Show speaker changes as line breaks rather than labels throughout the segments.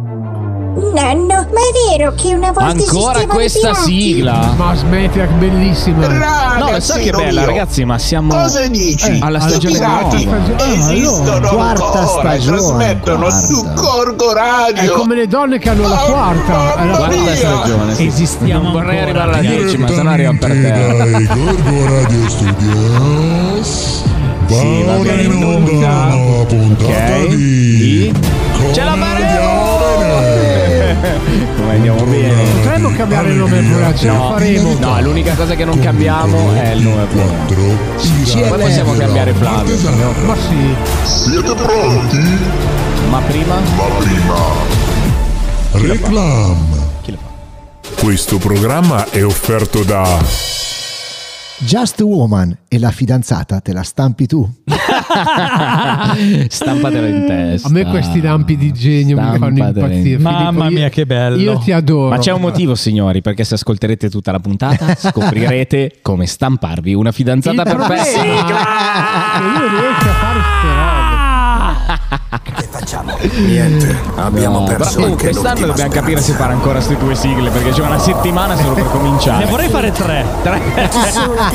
Nonno, ma è vero che una volta
Ancora
esistevano i
questa
pirati?
sigla?
Ma smettila, che bellissima.
No,
Ragazzino
lo sai che bella,
mio,
ragazzi, ma siamo
Cosa dici?
alla
I
stagione
pirati
nuova.
Ah,
esistono
allora, quarta
ancora e
stagione,
trasmettono
quarta.
su Corgo
È
Radio.
come le donne che hanno la
Oh,
quarta. È la
mamma
quarta.
mia.
Quarta stagione. sì.
Esistiamo non vorrei arrivare alla 10, ma sono arrivato per terra.
Direttamente dai Gorgo Radio Studios va
Sì, va
ora
bene,
in onda
onda.
una nuova puntata
Ok.
di
Di- Ce la faremo! Come andiamo bene?
Potremmo cambiare il nome del programma, ce la
No,
faremo.
no, l'unica cosa che non cambiamo è eh, il nome proprio.
4
Ma possiamo cambiare Flavio,
Ma sì.
Siete pronti?
Ma prima
Ma prima Reclam
chi lo fa?
Questo programma è offerto da
Just Woman e la fidanzata te la stampi tu?
Stampatelo in testa.
A me questi lampi di genio mi fanno
Stampatelo in-
impazzire.
Mamma
Filippo, io-
mia, che bello.
Io ti adoro.
Ma c'è un motivo, signori, perché se ascolterete tutta la puntata scoprirete come stamparvi una fidanzata
Il
per
problema
perfetta.
è che io riesco a fare ste
Abbiamo perso quest'anno dobbiamo capire se fare ancora queste due sigle perché c'è una settimana solo per cominciare.
Ne vorrei fare tre.
robe.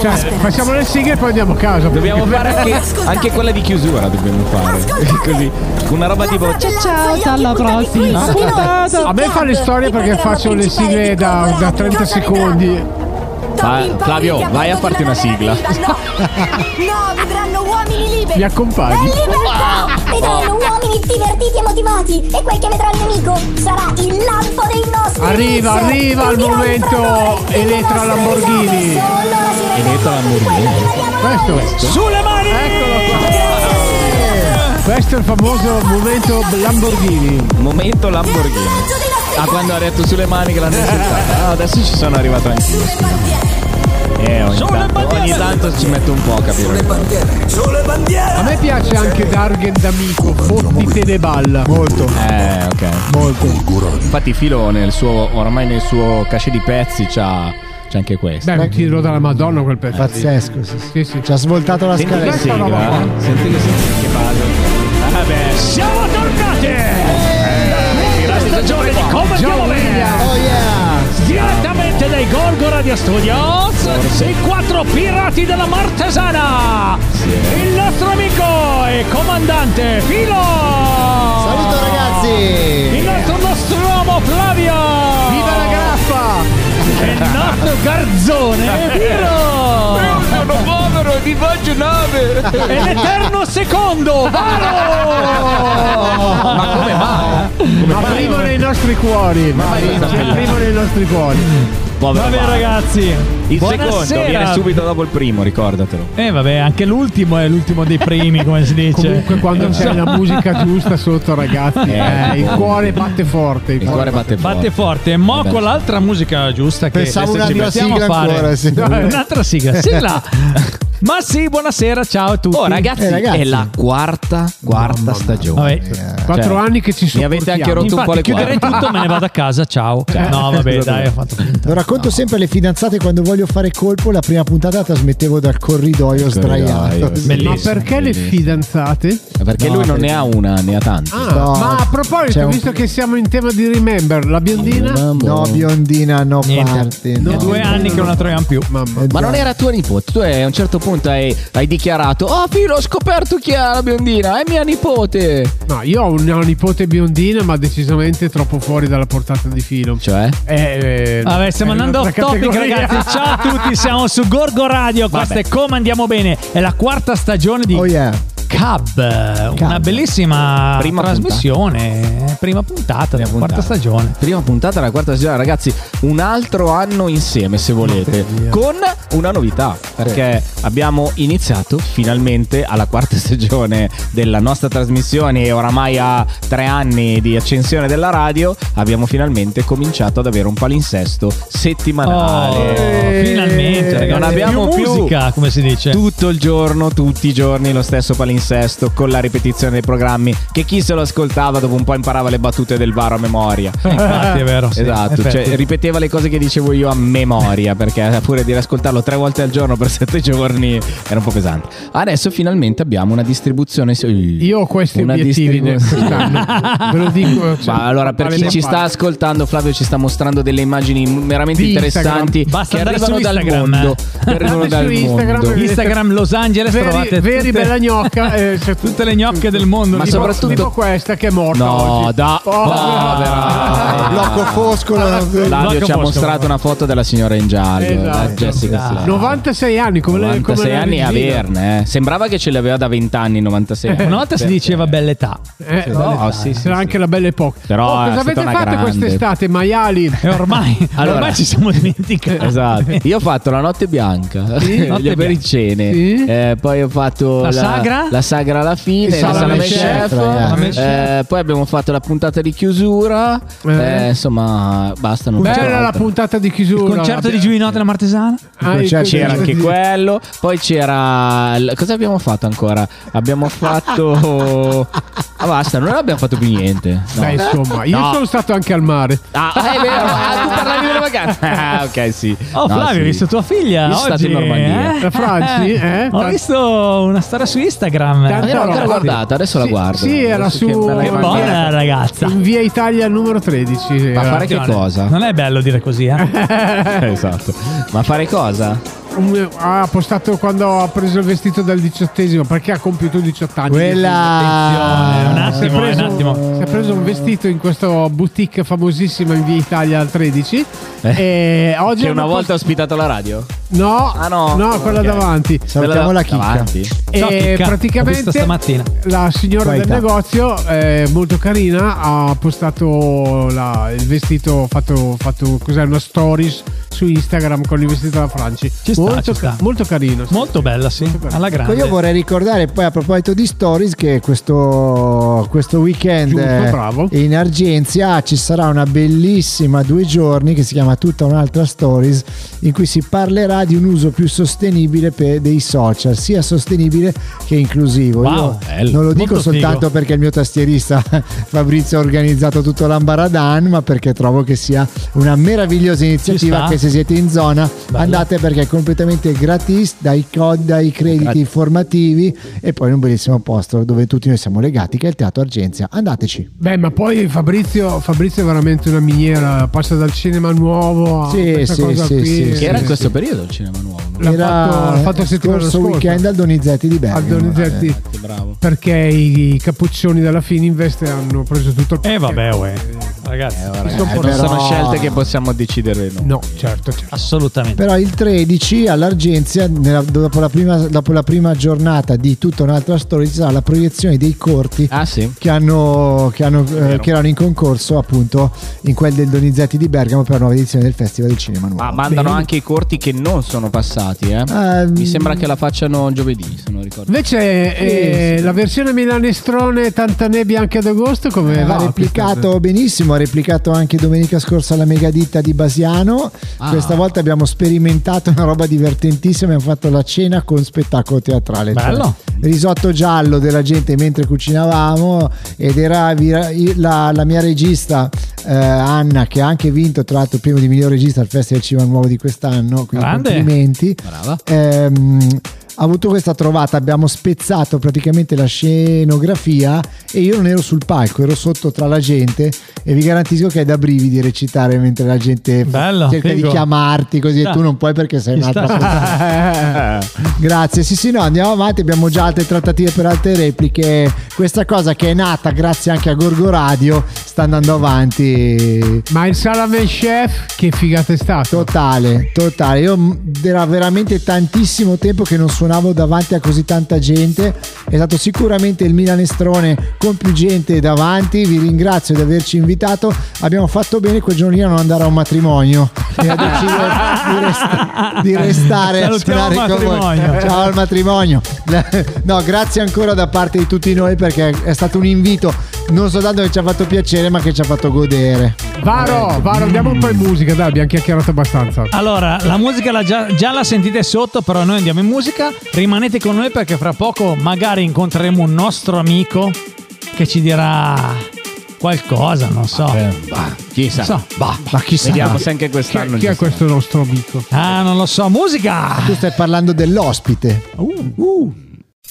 Cioè, facciamo le sigle e poi andiamo a casa.
Dobbiamo fare anche,
Ascoltate.
anche quella di chiusura dobbiamo fare.
Ascoltate.
Così, una roba tipo cioè,
Guardate
ciao
la foglietta
ciao alla
di quelli qui,
prossima.
su Club, su
A me fa le
Club,
storie
il
perché
programma
faccio le
principale
sigle
di
da,
Club
da
Radio,
30
Casa Vedrà.
secondi.
Top in
Fa-
pole,
Flavio,
che a
vai a
volte
farti
non
una sigla.
arriva, No, No, vedranno uomini liberi.
Mi accompagni? Ah!
E libertà.
Vedranno uomini divertiti e motivati e quel che vedrà il nemico sarà il lampo dei nostri
Arriva,
inizi.
arriva il
Colpirà il
momento
favore delle
Elettra
nostre risate. Solo
Lamborghini.
si rende
Elettra
conto di
Lamborghini.
quello che vediamo
Questo,
noi.
questo.
Sulle mani!
Eccolo qua.
Grazie.
Questo è il famoso momento Lamborghini.
Momento Lamborghini. Ah, quando ha detto sulle mani che l'hanno insultata. Ah, adesso ci sono arrivato anch'io. Eh, ogni, tanto, ogni tanto ci metto un po' Eh, a capire.
A me piace anche Dargen d'amico, Botti te ne balla. Molto,
Eh, ok.
molto.
Infatti Filo nel suo, ormai nel suo cachet di pezzi c'ha, c'è anche questo.
Beh, è un tiro dalla Madonna quel pezzo. lì.
Pazzesco, sì, sì.
Sì, sì.
Ci ha svoltato la
Senti
scala.
che
questa è una
sigla.
roba.
Senti che sigla che base. Vabbè, Eh,
Siamo tornati! Questa stagione di Come Andiamo Bene!
Oh yeah!
Direttamente dai Gorgo Radio Studios, i quattro pirati della Martesana! Il nostro amico e comandante Filo!
Saluto
Il
ragazzi!
nostro nostromo Flavio!
Viva la grappa!
E il nostro garzone Viro!
sono povero e vi faccio nave.
E l'eterno secondo Varo!
Ma come mai?
Ma primo nei nostri cuori. Ma primo nei nostri cuori.
Povero
Vabbè
Varo.
ragazzi,
Il secondo
buonasera.
viene subito dopo il primo, ricordatelo.
Eh vabbè, anche l'ultimo è l'ultimo dei primi, come si dice.
Comunque quando c'è la musica giusta sotto ragazzi,
Eh,
eh, il cuore batte forte.
Il cuore batte
Batte
forte.
forte, mo
Vabbè.
con l'altra musica giusta che
Pensavo
adesso ci
un'altra
mettiamo
sigla
a fare.
ancora, sì.
Un'altra sigla, sì là. Ma sì, buonasera, ciao a tutti.
Oh ragazzi,
Eh, ragazzi.
è la quarta, quarta stagione.
Vabbè,
Quattro
Cioè,
anni che ci sono.
mi avete anche rotto un po'
infatti
le
chiuderei
quattro. Cioè.
tutto, me ne vado a casa, ciao. No, vabbè, dai, ho fatto finta.
Lo racconto sempre alle fidanzate quando voglio fare colpo. La prima puntata trasmettevo dal corridoio sdraiato.
Bellissimo.
Ma perché le
bellissimo.
fidanzate?
Perché
No,
lui non ne ha una, ne ha tante.
Ah,
No.
ma a
C'è
proposito,
un-
visto che siamo in tema di Remember, la biondina?
No, biondina, no
Niente.
party.
È
no.
due anni che non la troviamo più.
Mamma.
Eh,
Ma
già.
non era tuo nipote, tu hai- a un certo punto hai, hai dichiarato Oh Filo, ho scoperto chi è la biondina, è mia nipote
No, io ho una nipote biondina, ma decisamente troppo fuori dalla portata di filo.
Cioè?
Eh, eh,
Vabbè, stiamo
è
andando off
un'altra
topic,
categoria.
ragazzi. Ciao a tutti, siamo su Gorgo Radio. Questa
Vabbè.
è Come Andiamo Bene. È la quarta stagione di
Oh yeah.
Cab, una bellissima
Prima
trasmissione, prima puntata della quarta
puntata.
stagione.
Prima puntata della quarta stagione, ragazzi, un altro anno insieme se volete, con una novità, perché abbiamo iniziato finalmente alla quarta stagione della nostra trasmissione e oramai a tre anni di accensione della radio abbiamo finalmente cominciato ad avere un palinsesto settimanale.
Oh, finalmente, ragazzi.
non abbiamo eh, più-
musica, come si dice.
Tutto il giorno, tutti i giorni lo stesso palinsesto con la ripetizione dei programmi che chi se lo ascoltava dopo un po' imparava ricordava le battute del VAR a memoria.
Infatti, è vero. sì,
esatto,
in effetti.
cioè, ripeteva le cose che dicevo io a memoria perché eh, pure di ascoltarlo tre volte al giorno per sette giorni era un po' pesante. Adesso finalmente abbiamo una distribuzione.
Io ho questi
Una
obiettivi
distribu-
nel- quest'anno. Ve lo dico. cioè,
Ma allora, per chi ci sta ascoltando, Flavio ci sta mostrando delle immagini veramente
Di
interessanti
Instagram.
Basta
che
andare
arrivano
su
dal
Instagram,
mondo.
eh.
Che arrivano
Andate
dal
su Instagram
mondo.
e vedete-
Instagram Los Angeles trovate
Veri, veri
tutte-
bella gnocca. eh, cioè,
tutte le gnocche del mondo.
Ma
Tipo-
soprattutto-
Tipo questa che è morta
No,
oggi.
da povera.
Blocco foscolo.
Flavio
Blocco
ci ha
Foscolo.
mostrato una foto della signora in giallo,
Esatto.
la Jessica Sylvia.
96 anni come le- come
96
la
anni a
regina.
averne, eh. sembrava che ce l'aveva da 20 anni. 96 anni.
Una volta si diceva bella età.
Eh,
no,
bella età,
sì, sì,
era
sì.
anche la bella epoca.
Però
Oh,
è
cosa
stata
avete
una
fatto
grande.
quest'estate, maiali?
E ormai,
Allora-
ormai ci siamo dimenticati.
Esatto, io ho fatto la notte bianca, gli
Notte
apericene,
Sì.
eh, poi ho fatto
La sagra?
la sagra alla fine,
Il
la salame
salame
chef,
chef,
ragazzi.
eh, poi abbiamo fatto la puntata di chiusura,
Eh.
eh, insomma basta, non c'è
Bella la
altro.
puntata di chiusura.
Concerto di Giuino della Martesana.
Ah,
Cioè,
il-
C'era anche quello, poi c'era. l- Cosa abbiamo fatto ancora? Abbiamo fatto. Ah, basta, non abbiamo fatto più niente. no.
Beh, insomma, io
No.
sono stato anche al mare.
Ah, è vero, ah, tu parlavi delle vacanze. Ah, ok, sì.
Oh,
No,
Flavio,
sì.
hai visto tua
Io
figlia? oggi,
sono stato in Normandia.
eh?
La Franci, eh?
Ho visto una storia su Instagram.
Non
Tanto-
l'ho ancora
Sì.
guardata, adesso la
Sì,
guardo.
sì, era
Adesso
su-
che me la
Che
Che
guardo.
buona la ragazza.
In via Italia numero 13.
Ma
era.
fare che cosa?
Non è bello dire così, eh?
esatto. Ma fare cosa?
Un- ha postato quando ha preso il vestito dal diciottesimo perché ha compiuto 18 anni. Si è,
Quella.
Attenzione, un attimo, un
preso,
attimo.
si è preso un vestito in questa boutique famosissima in via Italia al 13.
Eh.
e oggi
Che Cioè, una
hanno
volta ho ospitato la radio?
post- no,
Ah, no.
quella
Ok.
davanti.
Salutiamo la chicca.
Davanti.
Ciao,
e
chicca. Ho visto
praticamente
stamattina.
la signora
Qualità.
del negozio eh, molto carina ha postato la- il vestito fatto, fatto cos'è una stories su Instagram con il vestito della Franci
Ci sta,
molto,
ci sta.
molto carino
Molto bella, sì. Alla
Ecco,
Ecco,
grande.
Io vorrei ricordare poi a proposito di Stories che questo, questo weekend
Giusto,
eh,
bravo.
in Argenzia ci sarà una bellissima due giorni che si chiama Tutta un'altra Stories in cui si parlerà di un uso più sostenibile per- dei social, sia sostenibile che inclusivo.
Wow,
Io
bello,
non lo
molto
dico soltanto
figo.
Ecco perché il mio tastierista Fabrizio ha organizzato tutto l'ambaradan, ma perché trovo che sia una meravigliosa iniziativa
sta.
che se siete in zona andate perché è completamente gratis dai, co- dai crediti formativi e poi in un bellissimo posto dove tutti noi siamo legati che è il Teatro Argenzia andateci
beh ma poi Fabrizio, Fabrizio è veramente una miniera passa dal cinema nuovo a
Sì,
questa
sì,
cosa
sì,
qui
sì,
Che
sì,
era in
sì.
questo periodo il cinema nuovo. no?
L'ha fatto- l'ha fatto settimana
scorso
scorsa.
eh, weekend al Donizetti di Bergamo
Al Donizetti.
Che bravo.
perché i, i cappuccioni della Fininvest hanno preso tutto il
Eh, vabbè,
pacchetto.
uè. Ragazzi,
Eh, non
però-
sono scelte che possiamo decidere noi.
no certo certo
assolutamente.
però il 13 all'Argenzia nella- dopo, la prima, dopo la prima giornata di tutta un'altra storia ci sarà la proiezione dei corti
Ah, sì.
che, hanno, che, hanno, eh,
Vero.
che erano in concorso appunto in quel del Donizetti di Bergamo per la nuova edizione del Festival del Cinema Nuovo
Ma mandano
Bene.
anche i corti che non sono passati, eh.
Ehm.
Mi sembra che la facciano giovedì, se non ricordo.
Invece eh, la versione milanestrone Tanta nebbia anche ad agosto come
ha
va?
Eh, replicato benissimo, ha replicato anche domenica scorsa la megaditta di Basiano.
Ah.
Questa volta abbiamo sperimentato una roba divertentissima, abbiamo fatto la cena con spettacolo teatrale.
Bello.
risotto giallo della gente mentre cucinavamo ed era vira- la, la mia regista eh, Anna che ha anche vinto tra l'altro il premio di miglior regista al Festival Cinema Nuovo di quest'anno, quindi
Grande.
complimenti.
Brava.
Ehm, ha avuto questa trovata, abbiamo spezzato praticamente la scenografia e io non ero sul palco, ero sotto tra la gente e vi garantisco che è da brividi recitare mentre la gente fa-
Bello,
cerca
figo.
di chiamarti così
Sta.
e tu non puoi perché sei
Ci
un'altra
sta.
persona. Grazie, sì sì no, andiamo avanti, abbiamo già altre trattative per altre repliche, questa cosa che è nata grazie anche a Gorgo Radio sta andando avanti
Ma il salame chef che figata è stato.
Totale, totale. Io mh, era veramente tantissimo tempo che non suonavo davanti a così tanta gente. È stato sicuramente il Milanestrone con più gente davanti. Vi ringrazio di averci invitato. Abbiamo fatto bene quel giorno lì a non andare a un matrimonio e a decidere di, rest- di restare a
Eh, Salutiamo
suonare
il
con voi.
matrimonio.
Ciao al matrimonio. No, grazie ancora da parte di tutti noi perché è stato un invito non soltanto che ci ha fatto piacere, ma che ci ha fatto godere.
Varo, Varo, andiamo un po' in musica, dai, abbiamo chiacchierato abbastanza.
Allora, la musica la già, già la sentite sotto, però noi andiamo in musica. Rimanete con noi perché fra poco magari incontreremo un nostro amico che ci dirà Qualcosa, non so.
Eh,
Bah, chissà.
So.
Bah,
Ma chissà.
Vediamo se anche
Chi è,
quest'anno.
chi è
ci sarà.
questo nostro amico?
Ah, non lo so. Musica!
Eh.
Tu stai parlando dell'ospite.
Uh.
Uh.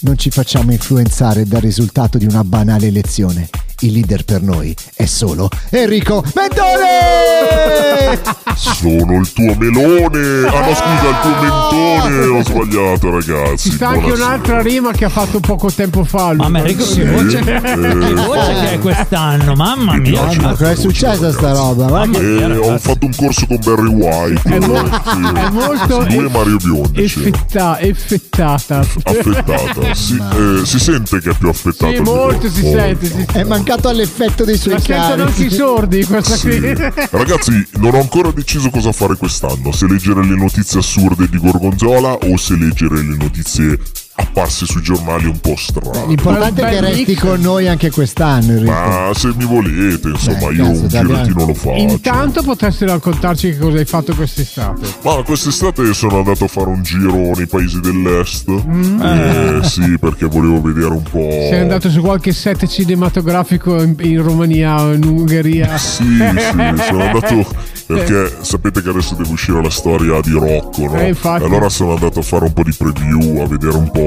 Non ci facciamo influenzare dal risultato di una banale elezione. Il leader per noi è solo Enrico Mentone!
Sono il tuo melone. Ah no, scusa, il tuo mentone. Ho sbagliato, ragazzi.
Ci sta anche
Buonasera.
un'altra rima che ha fatto poco tempo fa. Lui.
Mamma Enrico, che voce, che
Eh,
voce che è quest'anno, mamma
Mi
mia.
piace.
Ma cosa è successa sta roba? Guarda che-
Eh, ho fatto un corso con Barry White.
È
eh,
molto
sì. Due Mario Biondi. sì.
effetta- effettata.
Affettata. Si, eh, si sente che è più affettata.
Sì,
Oh, del
molto
mio.
si sente. Si
È mancato all'effetto dei suoi
La sentono anche i
cari.
sordi questa
Sì.
qui.
Ragazzi, non ho ancora deciso cosa fare quest'anno, se leggere le notizie assurde di Gorgonzola o se leggere le notizie apparse sui giornali un po' strane.
L'importante è che resti con noi anche quest'anno, Enrico.
Ma se mi volete, insomma,
Beh,
io
cazzo,
un
dai,
girettino lo faccio.
Intanto potresti raccontarci che cosa hai fatto quest'estate.
Ma quest'estate sono andato a fare un giro nei paesi dell'est. Eh, sì, perché volevo vedere un po'.
Mm. Ah. Sei andato su qualche set cinematografico in, in Romania o in Ungheria.
Sì, sì, sono andato perché sapete che adesso deve uscire la storia di Rocco, no?
Eh, infatti.
allora sono andato a fare un po' di preview, a vedere un po'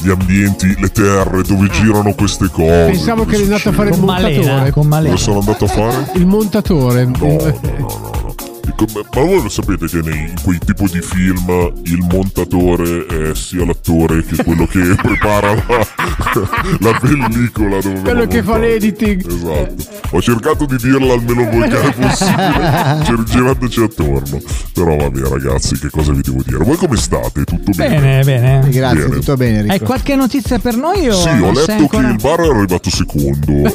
gli ambienti, le terre dove girano queste cose.
Eh. Pensavo
dove
che eri andato a fare il
Con Malena,
montatore.
con
Cosa
Malena.
sono andato a fare?
Il montatore.
No, no, no, no, no. E come- Ma voi lo sapete che nei, in quei tipo di film il montatore è sia l'attore che quello che prepara la, la pellicola dove la
Quello che fa
montano.
l'editing.
Esatto. Ho cercato di dirla al meno volgare possibile, cir- girandoci attorno. Però vabbè, ragazzi, che cosa vi devo dire? Voi come state? Tutto bene?
Bene, bene.
Grazie,
Bene.
tutto bene,
Hai
Enrico.
Ecco.
qualche notizia per noi? O
Sì, ho
non sei
letto
ancora-
che il bar è arrivato secondo.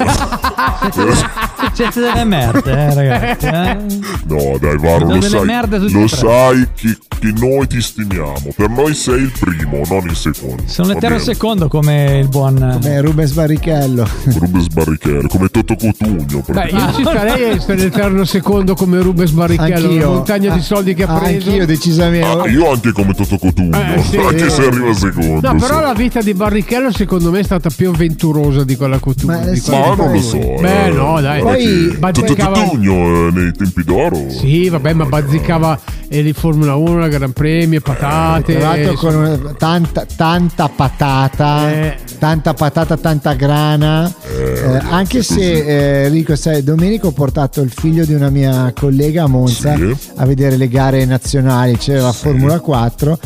C'è delle merde, eh, ragazzi. eh.
no, dai, Varo,
Delle
lo sai,
merde tutte
lo
e tre.
sai che, che noi ti stimiamo. Per noi sei il primo, non il secondo.
Sono
Va
lettero
bene.
secondo come il buon.
Beh, Eh, Rubens Barrichello.
Rubens Barrichello, come Toto Cotugno.
Beh,
praticamente.
Eh, io ci starei a essere l'eterno secondo come Rubens Barrichello, la
Anch'io. Ah,
montagna di soldi che ha preso.
Anch'io, decisamente.
Ah, io anche come Toto Cotugno,
Eh, sì, sì.
anche se arriva secondo.
No, però
sì.
la vita di Barrichello secondo me è stata più avventurosa di quella
Ma,
cottura. di
eh, sì.
quella-
Ma non
poi-
lo so.
Eh,
Beh, no, dai.
Poi
Poi
bazzicava-
Cotugno eh, nei tempi d'oro.
Sì, vabbè, ma bazzicava eh, il Formula 1, la Gran Premio, patate.
Tra l'altro con tanta, tanta patata,
Eh.
tanta patata, tanta grana. Eh, anche se eh, Rico, sai, Domenico ho portato il figlio di una mia collega a Monza
Sì.
a vedere le gare nazionali, c'era la Formula 4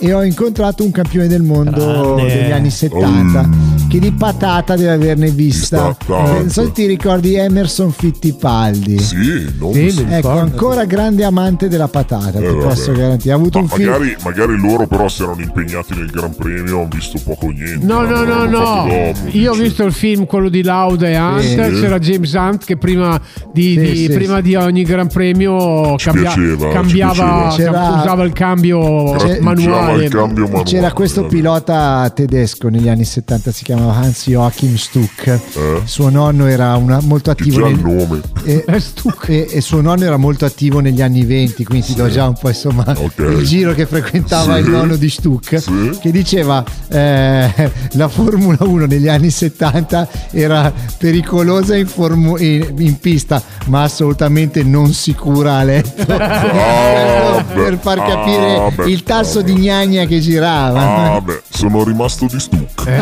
e ho incontrato un campione del mondo
Grande.
degli anni 70
Mm.
che di patata deve averne vista.
Vista tanta.
Eh, Non so se ti ricordi Emerson Fittipaldi.
Sì, non
Sì,
sì.
mi
Ecco,
ricordo.
ancora grande amante della patata, ti
Eh, vabbè.
posso garantire. Ha avuto
Ma
un figlio
magari, magari loro però si erano impegnati nel Gran Premio, hanno visto poco o niente.
No, no, no,
l'hanno fatto
no.
dopo,
Io ho
dice.
visto il film, quello di Lauda e Hunt.
Sì.
C'era James Hunt che prima di,
Sì,
di-
sì,
prima
sì.
di ogni Gran Premio
Ci
cambia-
piaceva, ci
cambiava,
piaceva.
cam-
C'era-
usava il cambio
Gra- girava
manuale.
diciamo, il cambio manuale.
C'era questo
Eh.
pilota tedesco negli anni 70, si chiamava Hans Joachim Stuck.
Eh?
Suo nonno era una- molto
Che
attivo
già il
nel-
nome.
e,
Eh,
e- e suo nonno era molto attivo negli anni 20, quindi ti do già un po' insomma
Ok.
il giro che frequentava
Sì.
il nonno di Stuck
Sì.
che diceva eh, la Formula 1 negli anni 70 era pericolosa in, formu- in- in pista, ma assolutamente non sicura a letto.
Ah, beh,
per far capire
ah, beh,
il tasso
ah,
di
beh.
gnagna che girava.
Ah, beh, sono rimasto di stuc. Eh,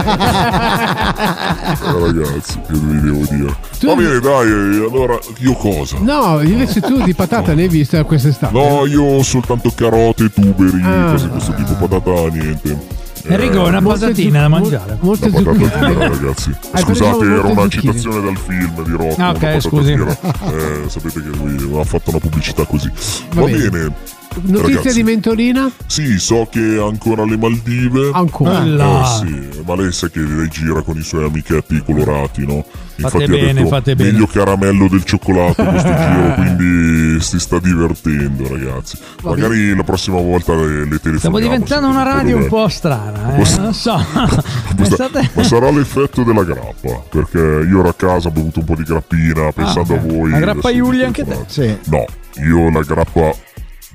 ragazzi, che vi devo dire. Va bene, dai, eh, allora io cosa?
No, invece tu di patata ne hai vista quest'estate.
No, io soltanto carote, tuberi,
Ah.
cose di questo tipo, patata, niente. Eh,
Enrico, una patatina da mangiare.
Molte
La eh. patata
zucchine.
fiera, ragazzi.
Hai preso
Scusate, era
molte
una
zucchine.
citazione dal film di Rocco.
Ah,
la
ok,
patata
scusi.
fiera. Eh, sapete che lui ha fatto una pubblicità così. Va,
Va bene.
bene.
Notizie
Ragazzi,
di Mentolina?
Sì, so che ha ancora le Maldive.
Ancora.
Eh,
Là.
sì, ma lei sa che lei gira con i suoi amichetti colorati, no? Infatti ha
bene,
detto,
fate bene.
meglio caramello del cioccolato questo giro, quindi si sta divertendo, ragazzi. Magari la prossima volta le, le telefoniamo.
Stiamo diventando
se
una
tutto
radio un
dov'è.
po' strana,
Un
eh?
po'
non so.
Questa-
Pensate-
Ma sarà l'effetto della grappa, perché io ero a casa, ho bevuto un po' di grappina, pensando a voi.
Ah, La grappa
adesso
Iulia
mi
anche te?
telefonate.
Sì.
No, io la grappa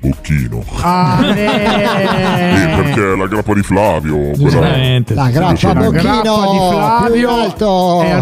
Bocchino.
Ah, eh.
Eh, perché la grappa di Flavio, quella...
Veramente.
La
La
grappa
La
Bocchino
grappa di
più in
Flavio
alto.
è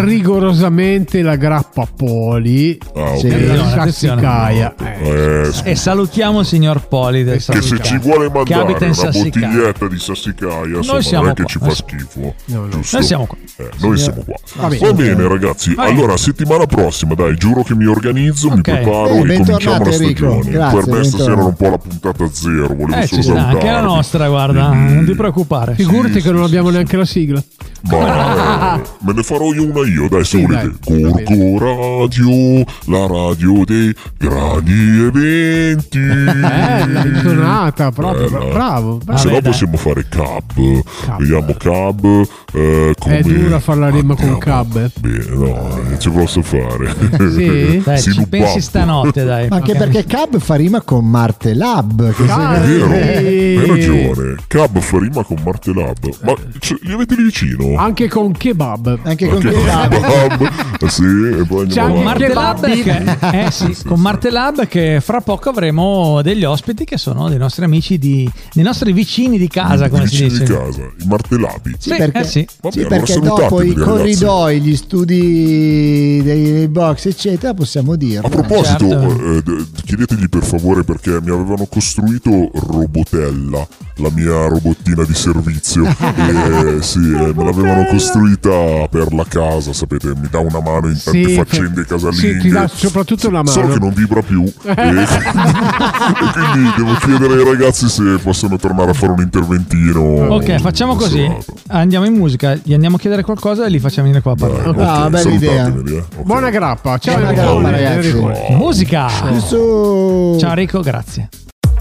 rigorosamente la grappa Poli
Ah, ok.
Sì.
e la
Attenzione, attenzione.
sassicaia. Eh,
Eh, scusa,
E salutiamo il signor Poli del
che se ci
Salutiamo.
vuole
Che
mandare
abita in
una
Sassicaia.
bottiglietta di sassicaia, insomma,
siamo
non è che
qua.
ci fa schifo.
No, no.
giusto?
Noi siamo qua.
Eh, noi siamo qua. Va
bene.
bene, ragazzi.
bene.
Allora, settimana prossima, dai, giuro che mi organizzo,
Ok.
mi preparo
Eh,
e
bentornato,
cominciamo la
Enrico.
stagione.
Grazie,
per me
bentornato.
stasera era un po' la puntata zero, volevo
Eh, ci
solo
sta,
salutarvi.
anche la nostra, guarda,
Mm.
non ti preoccupare.
Figurati che non abbiamo neanche la sigla.
Ma eh, me ne farò io una io, dai, se
Sì,
volete.
dai, va bene.
Corco Radio, la radio dei grandi eventi.
Eh,
Eh,
risuonata proprio,
Bella.
bravo. bravo.
Se no
Vabbè, dai.
possiamo fare cab, vediamo cab. eh, come...
È dura fare la rima con
Andiamo.
cab. eh.
Beh, no, non ci posso fare.
Sì?
Dai,
Sì,
ci
non
pensi
babbo.
stanotte, dai.
Ma Anche perché Cab fa rima con Martelab. Che
Ah,
È vero,
Eh.
hai ragione. Cab fa rima con Martelab. Ma cioè, li avete lì vicino?
Anche con kebab.
se- Anche con
Anche
Kebab.
Kebab. sì, e poi
C'è
andiamo
anche
avanti.
Che
Martelab che, eh sì, con Martelab che fra poco avremo degli ospiti che sono dei nostri amici di dei nostri vicini di casa, come si
Vicini
dice.
di casa, i martelabi.
Sì,
perché-
eh sì.
Vabbè,
Sì,
allora
perché dopo
salutateli,
i
ragazzi.
corridoi, gli studi dei, dei box, eccetera, possiamo dirlo.
A proposito,
Certo.
eh, d- chiedetegli per favore perché mi avevano costruito Robotella, la mia robottina di servizio. e, sì, eh, me l'avevano costruita per la casa, sapete, mi dà una mano in tante
Sì,
faccende
sì,
casalinghe.
ti dà soprattutto una mano.
Solo che non vibra più. e, quindi, e quindi devo chiedere ai ragazzi se possono tornare a fare un interventino. Esatto.
Ok, facciamo
una
così.
serata.
Andiamo in musica, gli andiamo a chiedere qualcosa e li facciamo venire qua a parlare.
Eh, ok,
Ah, bella
salutatemeli, eh. Ok.
Buona grappa. Ciao,
Buona
Enrico.
grappa, ragazzi.
Enrico.
Musica!
Su-
Ciao Enrico, grazie.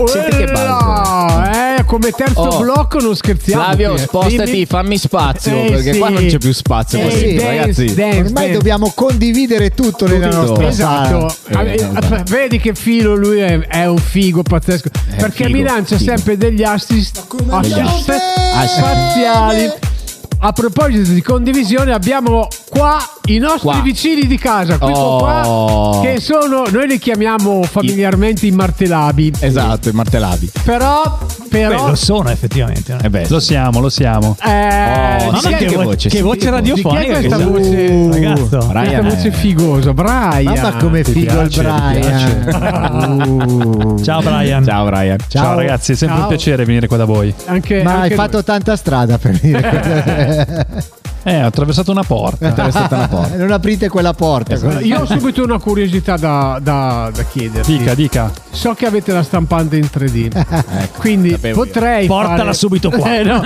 Senti che balzo.
Uella, eh, come terzo
Oh.
blocco non scherziamo.
Flavio,
eh.
spostati,
Dimmi-
fammi spazio.
Eh,
perché
sì.
qua non c'è più spazio.
Eh,
possibile.
dance,
ragazzi.
dance,
Ormai
dance.
dobbiamo condividere tutto nella nostra
Esatto,
sala.
Ah, eh, aspetta, vedi che filo lui è, è un figo pazzesco perché mi lancia sempre degli assist, assist spaziali. A proposito di condivisione, abbiamo qua i nostri
Qua.
vicini di casa, questo
Oh.
qua, che sono, noi li chiamiamo familiarmente i martelabi,
Esatto, i martelabi.
però,
Beh,
però
lo sono effettivamente. no?
Eh beh,
Lo siamo, lo siamo.
eh,
Mamma
sì,
mia,
che
che, vo-
voce,
che
sì, che
di
voce
chi è
radiofonica che
questa
esatto.
siamo.
voce?
Uh, ragazzo.
questa
Brian
voce
è-
è figosa, Brian.
Mamma come
Ti
figo il
piace, ti piace.
Brian. Uh.
Ciao Brian.
Ciao Brian.
Ciao, ragazzi, è sempre
Ciao.
un piacere venire qua da voi.
Anche,
Ma hai
anche
fatto tanta strada per dire.
Eh, ho attraversato una porta.
È stata una porta.
non aprite quella porta.
Io ho subito una curiosità da, da, da chiederti.
Dica, dica.
So che avete la stampante in 3D, quindi
Ecco, sapevo io.
potrei
Portala
fare-
subito qua.
Eh, no.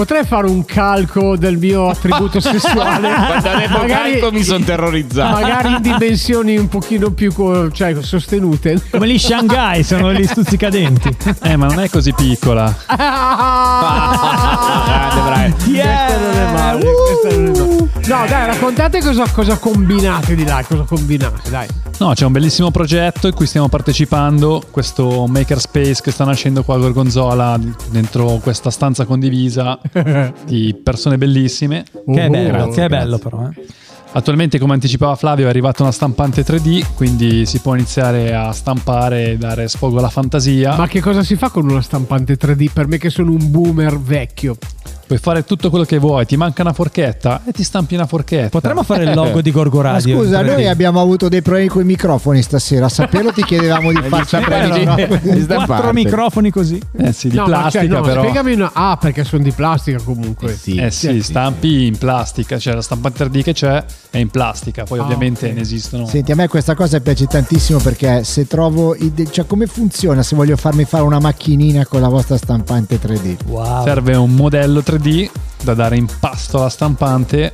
Potrei fare un calco del mio attributo sessuale.
Quando avevo
Magari-
carico mi sono terrorizzato.
Magari in dimensioni un pochino più co- cioè, sostenute.
Come gli Shanghai sono gli stuzzicadenti.
Eh, ma non è così piccola.
Ah. Questa non è male, questa non è male. No, dai, raccontate cosa, cosa combinate di là, cosa combinate, dai.
No, c'è un bellissimo progetto in cui stiamo partecipando, questo makerspace che sta nascendo qua a Gorgonzola, dentro questa stanza condivisa di persone bellissime.
Che è bello,
grazie,
che è bello però. eh.
Attualmente, come anticipava Flavio, è arrivata una stampante 3D, quindi si può iniziare a stampare e dare sfogo alla fantasia.
Ma che cosa si fa con una stampante 3D? Per me che sono un boomer vecchio.
Puoi fare tutto quello che vuoi, ti manca una forchetta e ti stampi una forchetta.
Potremmo fare il logo di Gorgo
Ma
Radio.
scusa,
in 3D.
noi abbiamo avuto dei problemi con i microfoni stasera. A saperlo ti chiedevamo di farci
Eh,
aprire una-
no, no, quattro microfoni così.
Eh sì, di
no, ma
plastica
cioè, no,
però.
Spiegami una... Ah, perché sono di plastica comunque.
Eh sì, stampi in plastica, cioè la stampante 3D che c'è è in plastica, poi
Ah,
ovviamente
ok.
ne esistono.
Senti, a me questa cosa piace tantissimo perché se trovo. i de- cioè, come funziona se voglio farmi fare una macchinina con la vostra stampante 3D?
Wow.
Cioè,
Serve un modello 3D da dare in pasto alla stampante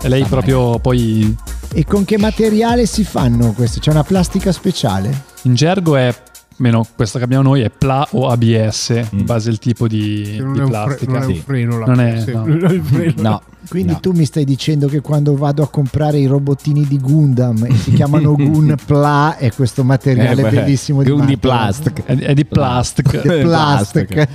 e lei proprio poi
E con che materiale si fanno queste? C'è una plastica speciale?
in gergo è meno questa che abbiamo noi è PLA o ABS in base al tipo di,
Che non,
di
è un fre-
plastica.
non è un
sì.
freno. La
Non è-
sì,
no.
non è il freno.
No.
Quindi
no.
tu mi stai dicendo che quando vado a comprare i robottini di Gundam e si chiamano Gun Pla è questo materiale
Eh, beh,
bellissimo di
Gundi
Marco.
Plastic.
È, è di plastic.
Plastic.
Plastic.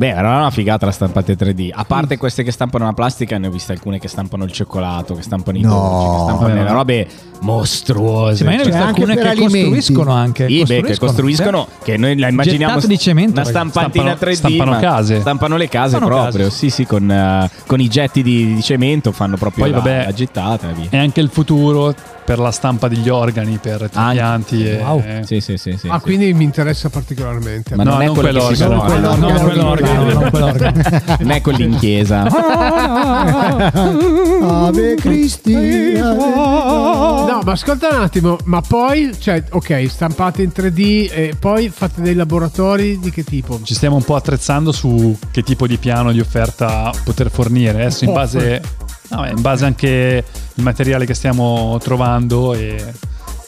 Beh, era una figata la stampante 3D. A parte queste che stampano la plastica, ne ho viste alcune che stampano il cioccolato, che stampano i
No.
dolci, che stampano delle robe mostruose.
Sì, ma io ne ho
Cioè,
viste alcune che Eh, costruiscono anche.
Sì, beh, che costruiscono, che noi la immaginiamo
Gettate di cemento,
una
ragazzi.
stampantina
Stampano-
3D,
stampano
ma
case.
stampano le case
Stampano
proprio.
case.
Sì, sì, con, eh, con i getti di, di cemento fanno proprio
Poi,
la,
vabbè,
la gettata e via.
È anche il futuro per la stampa degli organi, per trapianti.
eh.
E...
Wow.
Sì, sì, sì. sì,
Ah,
sì.
quindi mi interessa particolarmente.
Ma No, non è non quello che si quell'organo. chiama- Non
No,
quell'organo,
no,
non quell'organo.
Non è quelli in chiesa.
Ah,
Ave Cristi.
No, ma ascolta un attimo, ma poi, cioè, ok, stampate in 3D e poi fate dei laboratori di che tipo?
Ci stiamo un po' attrezzando su che tipo di piano di offerta poter fornire. Adesso in base, no, beh, in base anche al materiale che stiamo trovando e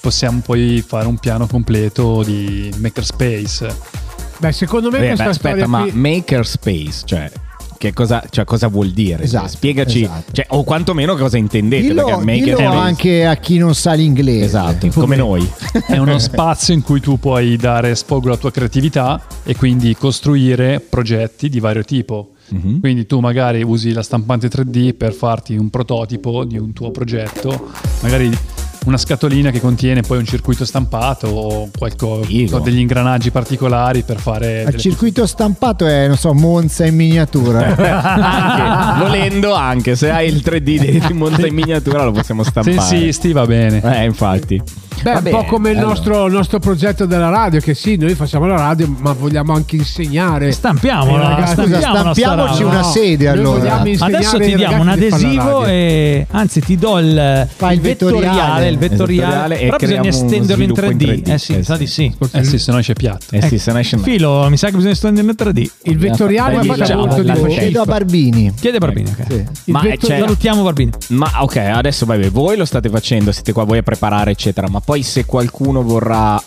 possiamo poi fare un piano completo di makerspace.
Beh, secondo me
Beh,
questa
Eh, beh,
storia
aspetta, ma
qui...
makerspace, cioè. Che cosa, cioè, cosa vuol dire?
Esatto,
Spiegaci, cioè, o quantomeno cosa intendete.
Dillo,
perché maker
dillo anche a chi non sa l'inglese.
Esatto, come noi.
È uno spazio in cui tu puoi dare sfogo alla tua creatività e quindi costruire progetti di vario tipo.
Mhm.
Quindi tu magari usi la stampante 3D per farti un prototipo di un tuo progetto, magari una scatolina che contiene poi un circuito stampato o qualcosa, degli ingranaggi particolari per fare...
Il
delle-
circuito stampato è, non so, Monza in miniatura.
anche, volendo anche, se hai il 3D di monta in miniatura lo possiamo stampare.
Se insisti va bene.
Eh, infatti.
Beh,
Va
un
bene,
po' come il
allora.
nostro, il nostro progetto della radio, che sì, noi facciamo la radio, ma vogliamo anche insegnare. Eh,
Eh,
Stampiamola, stampiamola
stampiamoci
sta roba.
una sede,
Noi
allora.
vogliamo insegnare
Adesso
ai
ti diamo un
ragazzi di fare la
adesivo
radio.
e anzi ti do il,
Fai il vettoriale.
il vettoriale,
Il vettoriale e
però bisogna
creiamo uno
estenderlo in
sviluppo
3D.
in 3D.
Eh sì,
Eh
mi sa di sì.
Eh sì, se no esce piatto.
Eh sì,
Ecco,
se ne esce male.
Filo, mi sa che bisogna estenderlo in 3D.
Il vettoriale
Dai,
ha fatto
diciamo,
molto di
la
voi.
facciamo.
Chiedo a Barbini.
Chiede a Barbini, ok.
Il
Ma
vettoriale-
c'è-
Salutiamo Barbini.
Ma ok, adesso vabbè, voi lo state facendo, siete qua voi a preparare, eccetera. Ma poi se qualcuno vorrà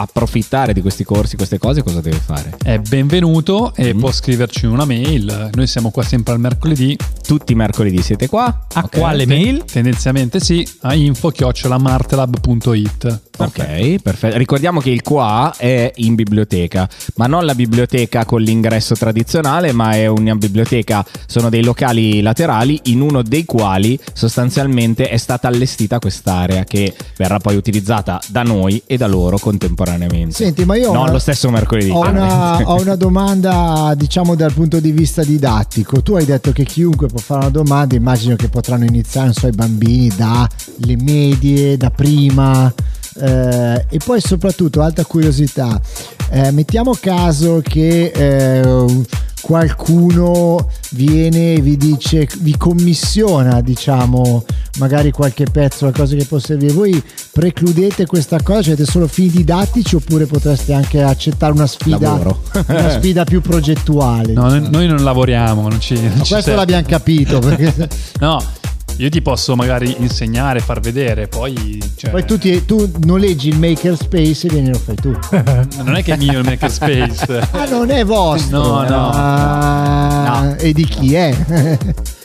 approfittare di questi corsi, queste cose, cosa deve fare?
È Eh, benvenuto e
Mm.
può scriverci una mail. Noi siamo qua sempre al mercoledì.
Tutti i mercoledì siete qua.
A
ok?
quale mail?
Tendenzialmente sì, a info-martelab.it.
Ok, perfetto. Ricordiamo che il qua è in biblioteca, ma non la biblioteca con l'ingresso tradizionale, ma è una biblioteca, sono dei locali laterali in uno dei quali sostanzialmente è stata allestita quest'area che verrà poi utilizzata da noi e da loro contemporaneamente.
Senti, ma io ho
non
una-
lo stesso mercoledì.
Ho
chiaramente.
una, ho una domanda, diciamo, dal punto di vista didattico. Tu hai detto che chiunque può fare una domanda, immagino che potranno iniziare, non so, i bambini dalle medie, da prima. eh, e poi soprattutto, alta curiosità, eh, mettiamo caso che eh, qualcuno viene e vi dice, vi commissiona, diciamo, magari qualche pezzo, qualcosa che può servire. Voi precludete questa cosa? Cioè, siete solo fini didattici oppure potreste anche accettare una sfida,
Lavoro.
una sfida più progettuale?
No,
diciamo?
noi, noi non lavoriamo, non ci, non
Ma
ci
questo
serve.
l'abbiamo capito perché
No, io ti posso magari insegnare, far vedere, poi... cioè,
poi tu, ti- tu noleggi il makerspace e vieni e lo fai tu.
Non è che è mio il makerspace.
Ah, non è vostro.
No, no.
Ah, E di chi è?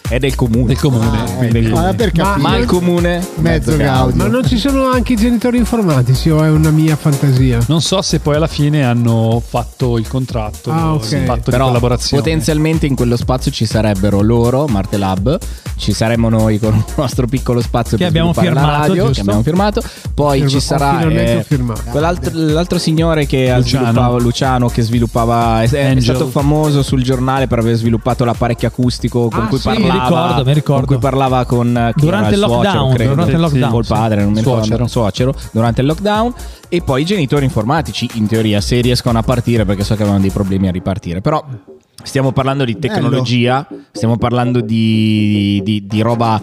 È del comune.
Del comune.
Ah,
quindi-
del
Ma per capire.
Ma il comune
Mezzo Gaudio.
Ma non ci sono anche i genitori informatici o è una mia fantasia?
Non so se poi alla fine hanno fatto il contratto,
Ah, ok.
il
Certo,
patto di
Però
collaborazione.
potenzialmente in quello spazio ci sarebbero loro, Marte Lab, ci saremmo noi con il nostro piccolo spazio per
Che abbiamo
sviluppare la
firmato,
radio che
giusto?
abbiamo firmato, poi
Firma-
ci
ho
sarà
finalmente
eh,
firmato.
quell'altro, l'altro signore che ha
Luciano.
sviluppato Luciano che sviluppava è, è
Angel.
stato famoso sul giornale per aver sviluppato l'apparecchio acustico con
Ah,
cui
sì, mi
parlava
ricordo, mi ricordo.
con cui parlava con eh, chi
Durante
era?
il
suocero,
lockdown,
credo.
durante il lockdown,
col
sì.
padre, non mi ricordo,
Suocero.
suocero durante il lockdown e poi i genitori informatici in teoria se riescono a partire perché so che avevano dei problemi a ripartire però stiamo parlando di tecnologia stiamo parlando di, di- di roba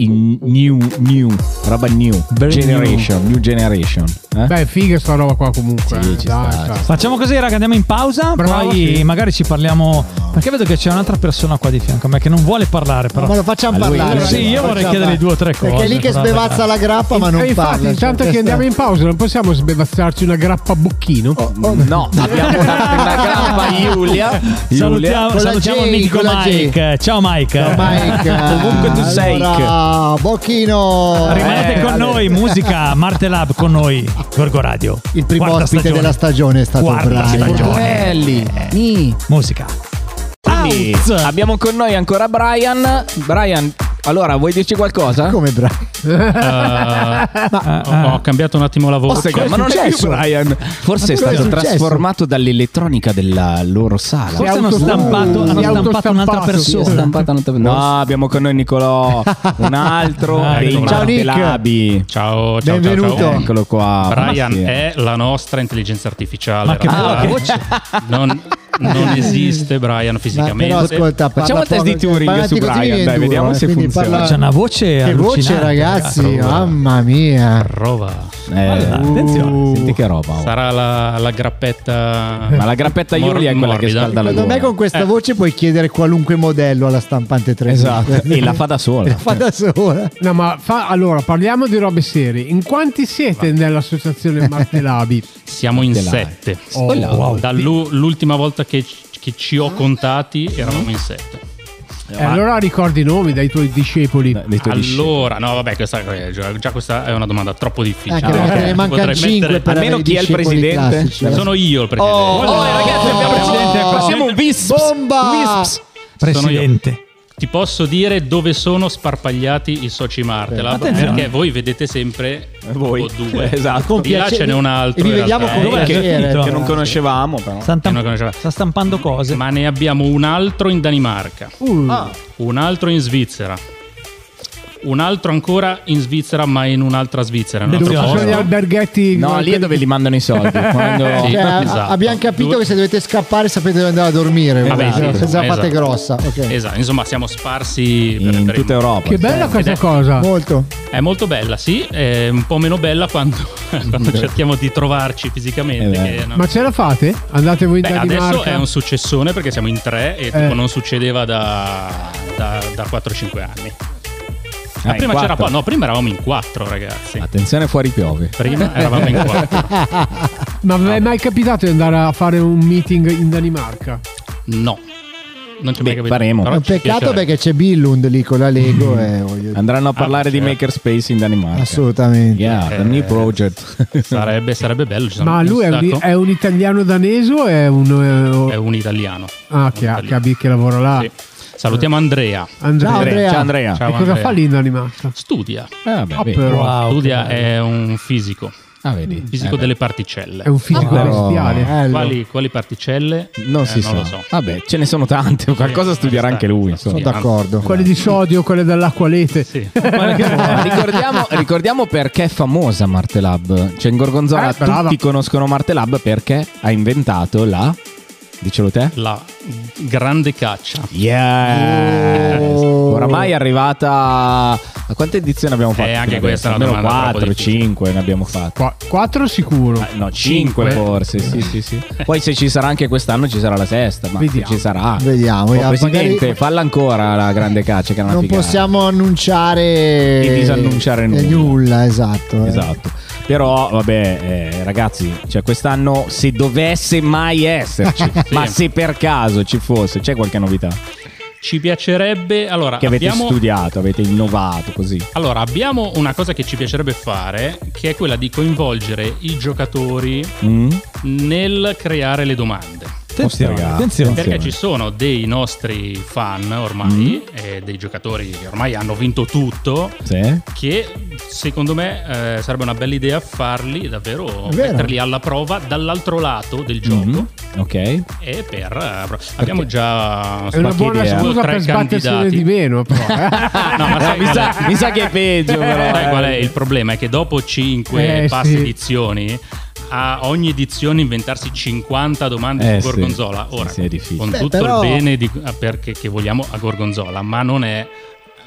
in new new roba new
Very
generation new, generation eh?
Beh, figa sta roba qua comunque.
Sì,
eh,
ci
dai,
sta,
cioè.
ci
Facciamo così, raga, andiamo in pausa.
Bravo,
poi
sì.
magari ci parliamo. Perché vedo che c'è un'altra persona qua di fianco a me che non vuole parlare, però.
Ma lo facciamo
A lui-
parlare.
Sì,
io vorrei
Facciamo-
chiedergli due o tre
Perché è lì
cose,
che
però,
sbevazza la grappa, ma non
E infatti,
cioè,
parla. cioè,
intanto che andiamo in pausa, non possiamo sbevazzarci una grappa a bocchino.
Oh, no abbiamo una, una grappa Giulia Giulia
Salutiamo,
con la
salutiamo
J,
il mitico
con la J.
Mike. Ciao Mike.
Ciao, Mike.
Ovunque tu sei.
Allora, Bocchino.
Rimanete
Eh,
con
vabbè.
noi, musica Marte Lab con noi, Gorgo Radio.
Il primo
Quarta
ospite
stagione.
della stagione è stato
Quarta
Brian.
stagione.
Belli.
Musica.
Quindi abbiamo con noi ancora Brian. Brian, allora vuoi dirci qualcosa?
Come Brian?
Eh, ho- ho cambiato un attimo la voce.
ma non è più Brian. Forse è
Ma cosa è
stato
successo?
trasformato dall'elettronica della loro sala.
Forse hanno stampato, hanno stampato un'altra persona.
Sì, è stampata un'altra- No, abbiamo con noi Nicolò, un altro
Ah,
dei
ecco,
Ciao, Nick.
Ciao, ciao, ciao, ciao.
Eccolo qua.
Brian
Buonasera.
eh,
è la nostra intelligenza artificiale.
Ma che
ragazzi.
bella voce.
Non, non esiste Brian fisicamente.
però ascolta, parla
Facciamo un test
poco,
di Turing
parla
su
di così
Brian,
viene
dai,
duro,
vediamo
eh,
se
quindi
funziona.
parla-
C'è una voce
Che voce
allucinante, eh,
ragazzi,
ragazzi.
mamma mia.
Prova.
Eh, attenzione, senti che roba. oh.
Sarà la, la grappetta.
Ma la grappetta
mor-
Iuli è quella che
morbida.
scalda la
Secondo me con questa
Eh,
voce puoi chiedere qualunque modello alla stampante 3D.
Esatto, e la fa da sola.
Fa da sola.
No, ma fa- allora parliamo di robe serie. In quanti siete nell'associazione Martelabi?
Siamo in
Martellare.
sette.
Oh, wow.
Dall'u- l'ultima volta che, che ci ho contati eravamo in sette.
Eh, allora ricordi i nomi dai tuoi discepoli.
Allora, no, vabbè, questa, eh, già già questa è una domanda troppo difficile.
Anche perché
Ah, ok.
Ecco, ne mancano
Potrei
cinque
mettere-
per Almeno avere i chi è il discepoli presidente? classici.
Sono io il presidente.
Oh,
Oh, eh, ragazzi, abbiamo presidente. Passiamo
Oh,
un visps.
Bomba!
Visps.
Presidente. Ti posso dire dove sono sparpagliati i soci Martelab
Attenzione.
perché voi vedete sempre
Eh,
voi. due.
Esatto.
Di là ce n'è un altro.
E li
in
vediamo
realtà,
con
eh,
piacere, tra
cioè.
l'altro.
conoscevamo, però.
Santa-
Che non conosceva.
Sta stampando cose.
eh, Ma ne abbiamo un altro in Danimarca,
Ah.
un altro in Svizzera, un altro ancora in Svizzera, ma in un'altra Svizzera. in un
Dove
altro
ci sono gli
posto.
alberghetti
No, lì è dove li mandano i soldi. Quando...
Sì,
Cioè, a-
esatto.
Abbiamo capito che se dovete scappare sapete dove andare a dormire.
Vabbè,
Vabbè,
sì,
se la fate
esatto.
grossa. ok.
Esatto, insomma, siamo sparsi per, per il-
tutta Europa.
Che bella
Ed
questa
è-
cosa.
Molto.
È molto bella, sì, è un po' meno bella quando, quando cerchiamo di trovarci fisicamente. che non-
Ma ce la fate? Andate voi in
Beh, adesso è
Danimarca?
un successone perché siamo in tre e tipo,
Eh.
non succedeva da, da, da 4-5 anni. Ma
Ah, in
prima c'era
quattro.
qua, no, prima eravamo in quattro ragazzi.
Attenzione, fuori piove.
Prima eravamo in quattro.
Ma vi è mai capitato di andare a fare un meeting in Danimarca?
No. Non ci
Beh,
mai capito.
faremo.
Però
È un
ci
peccato
piacerebbe.
perché c'è Billund lì con la Lego. eh, voglio dire.
Ah,
Andranno a parlare di Makerspace in Danimarca.
Assolutamente.
Yeah,
Eh,
the new project.
Sarebbe, sarebbe bello. ci sono
Ma
un
lui è un,
sacco.
è un italiano danese o è un...
È un italiano.
ah, che, che, abbi- che lavora là.
Sì. Salutiamo Andrea.
Andrea.
Ciao, Andrea.
Ciao Andrea.
Ciao,
e cosa
Andrea.
fa lì in Danimarca?
Studia.
Ah, beh,
Ah,
vedi.
però.
Studia è un fisico.
Ah, vedi.
Fisico
Eh, beh.
delle particelle.
È un fisico
Ah, però-
bestiale.
Bello.
Quali, quali particelle?
Non
Eh,
si sa.
Non lo so. eh,
Vabbè, ce ne sono tante. Qualcosa studierà anche lui. insomma.
Sono d'accordo.
Quelle di sodio, quelle dell'acqualete.
Sì.
Ma ricordiamo, ricordiamo perché è famosa Martelab. Cioè, in Gorgonzola
Eh, brava.
tutti conoscono Martelab perché ha inventato la. Dicelo te?
La grande caccia.
Yes!
Oh.
Oramai è arrivata. A quante edizioni abbiamo fatto?
Eh, anche
fino
questa è
adesso?
una
Almeno
domanda troppo
4,
difficile.
5 ne abbiamo fatte.
Qua- quattro sicuro.
Eh, No, 5
Cinque.
forse, sì, sì, sì. Poi se ci sarà anche quest'anno ci sarà la sesta, ma se
Vediamo.
ci sarà.
Vediamo,
Oh,
vediamo.
presidente,
Magari-
falla ancora la grande caccia che è una
Non
figata.
possiamo annunciare
E disannunciare
eh,
nulla.
nulla, esatto. eh.
Esatto. Però, vabbè, eh, ragazzi, cioè quest'anno se dovesse mai esserci, ma se per caso ci fosse, c'è qualche novità
Ci piacerebbe. Allora,
che avete
abbiamo,
studiato, avete innovato così?
allora, abbiamo una cosa che ci piacerebbe fare, che è quella di coinvolgere i giocatori
Mm?
nel creare le domande.
Attenzione,
Ostia,
attenzione.
Perché ci sono dei nostri fan ormai, eh, dei giocatori che ormai hanno vinto tutto,
Mm? Sì?
che secondo me eh, sarebbe una bella idea farli davvero,
È vero.
metterli alla prova dall'altro lato del gioco.
Mhm. Ok.
E per eh, pro- abbiamo già
È una buona
idea.
scusa
tre
per sbattersene di
candidati.
meno, però. eh.
No, ma sai
mi,
qual
sa,
è?
mi sa che è peggio, però.
Sai
eh.
qual è il problema? È che dopo 5
Eh,
passe
sì.
edizioni a ogni edizione inventarsi 50 domande
Eh,
su
sì.
Gorgonzola.
Sì,
Ora,
sì, è difficile.
con
Beh,
tutto
però-
il bene di- ah, perché, che vogliamo a Gorgonzola, ma non è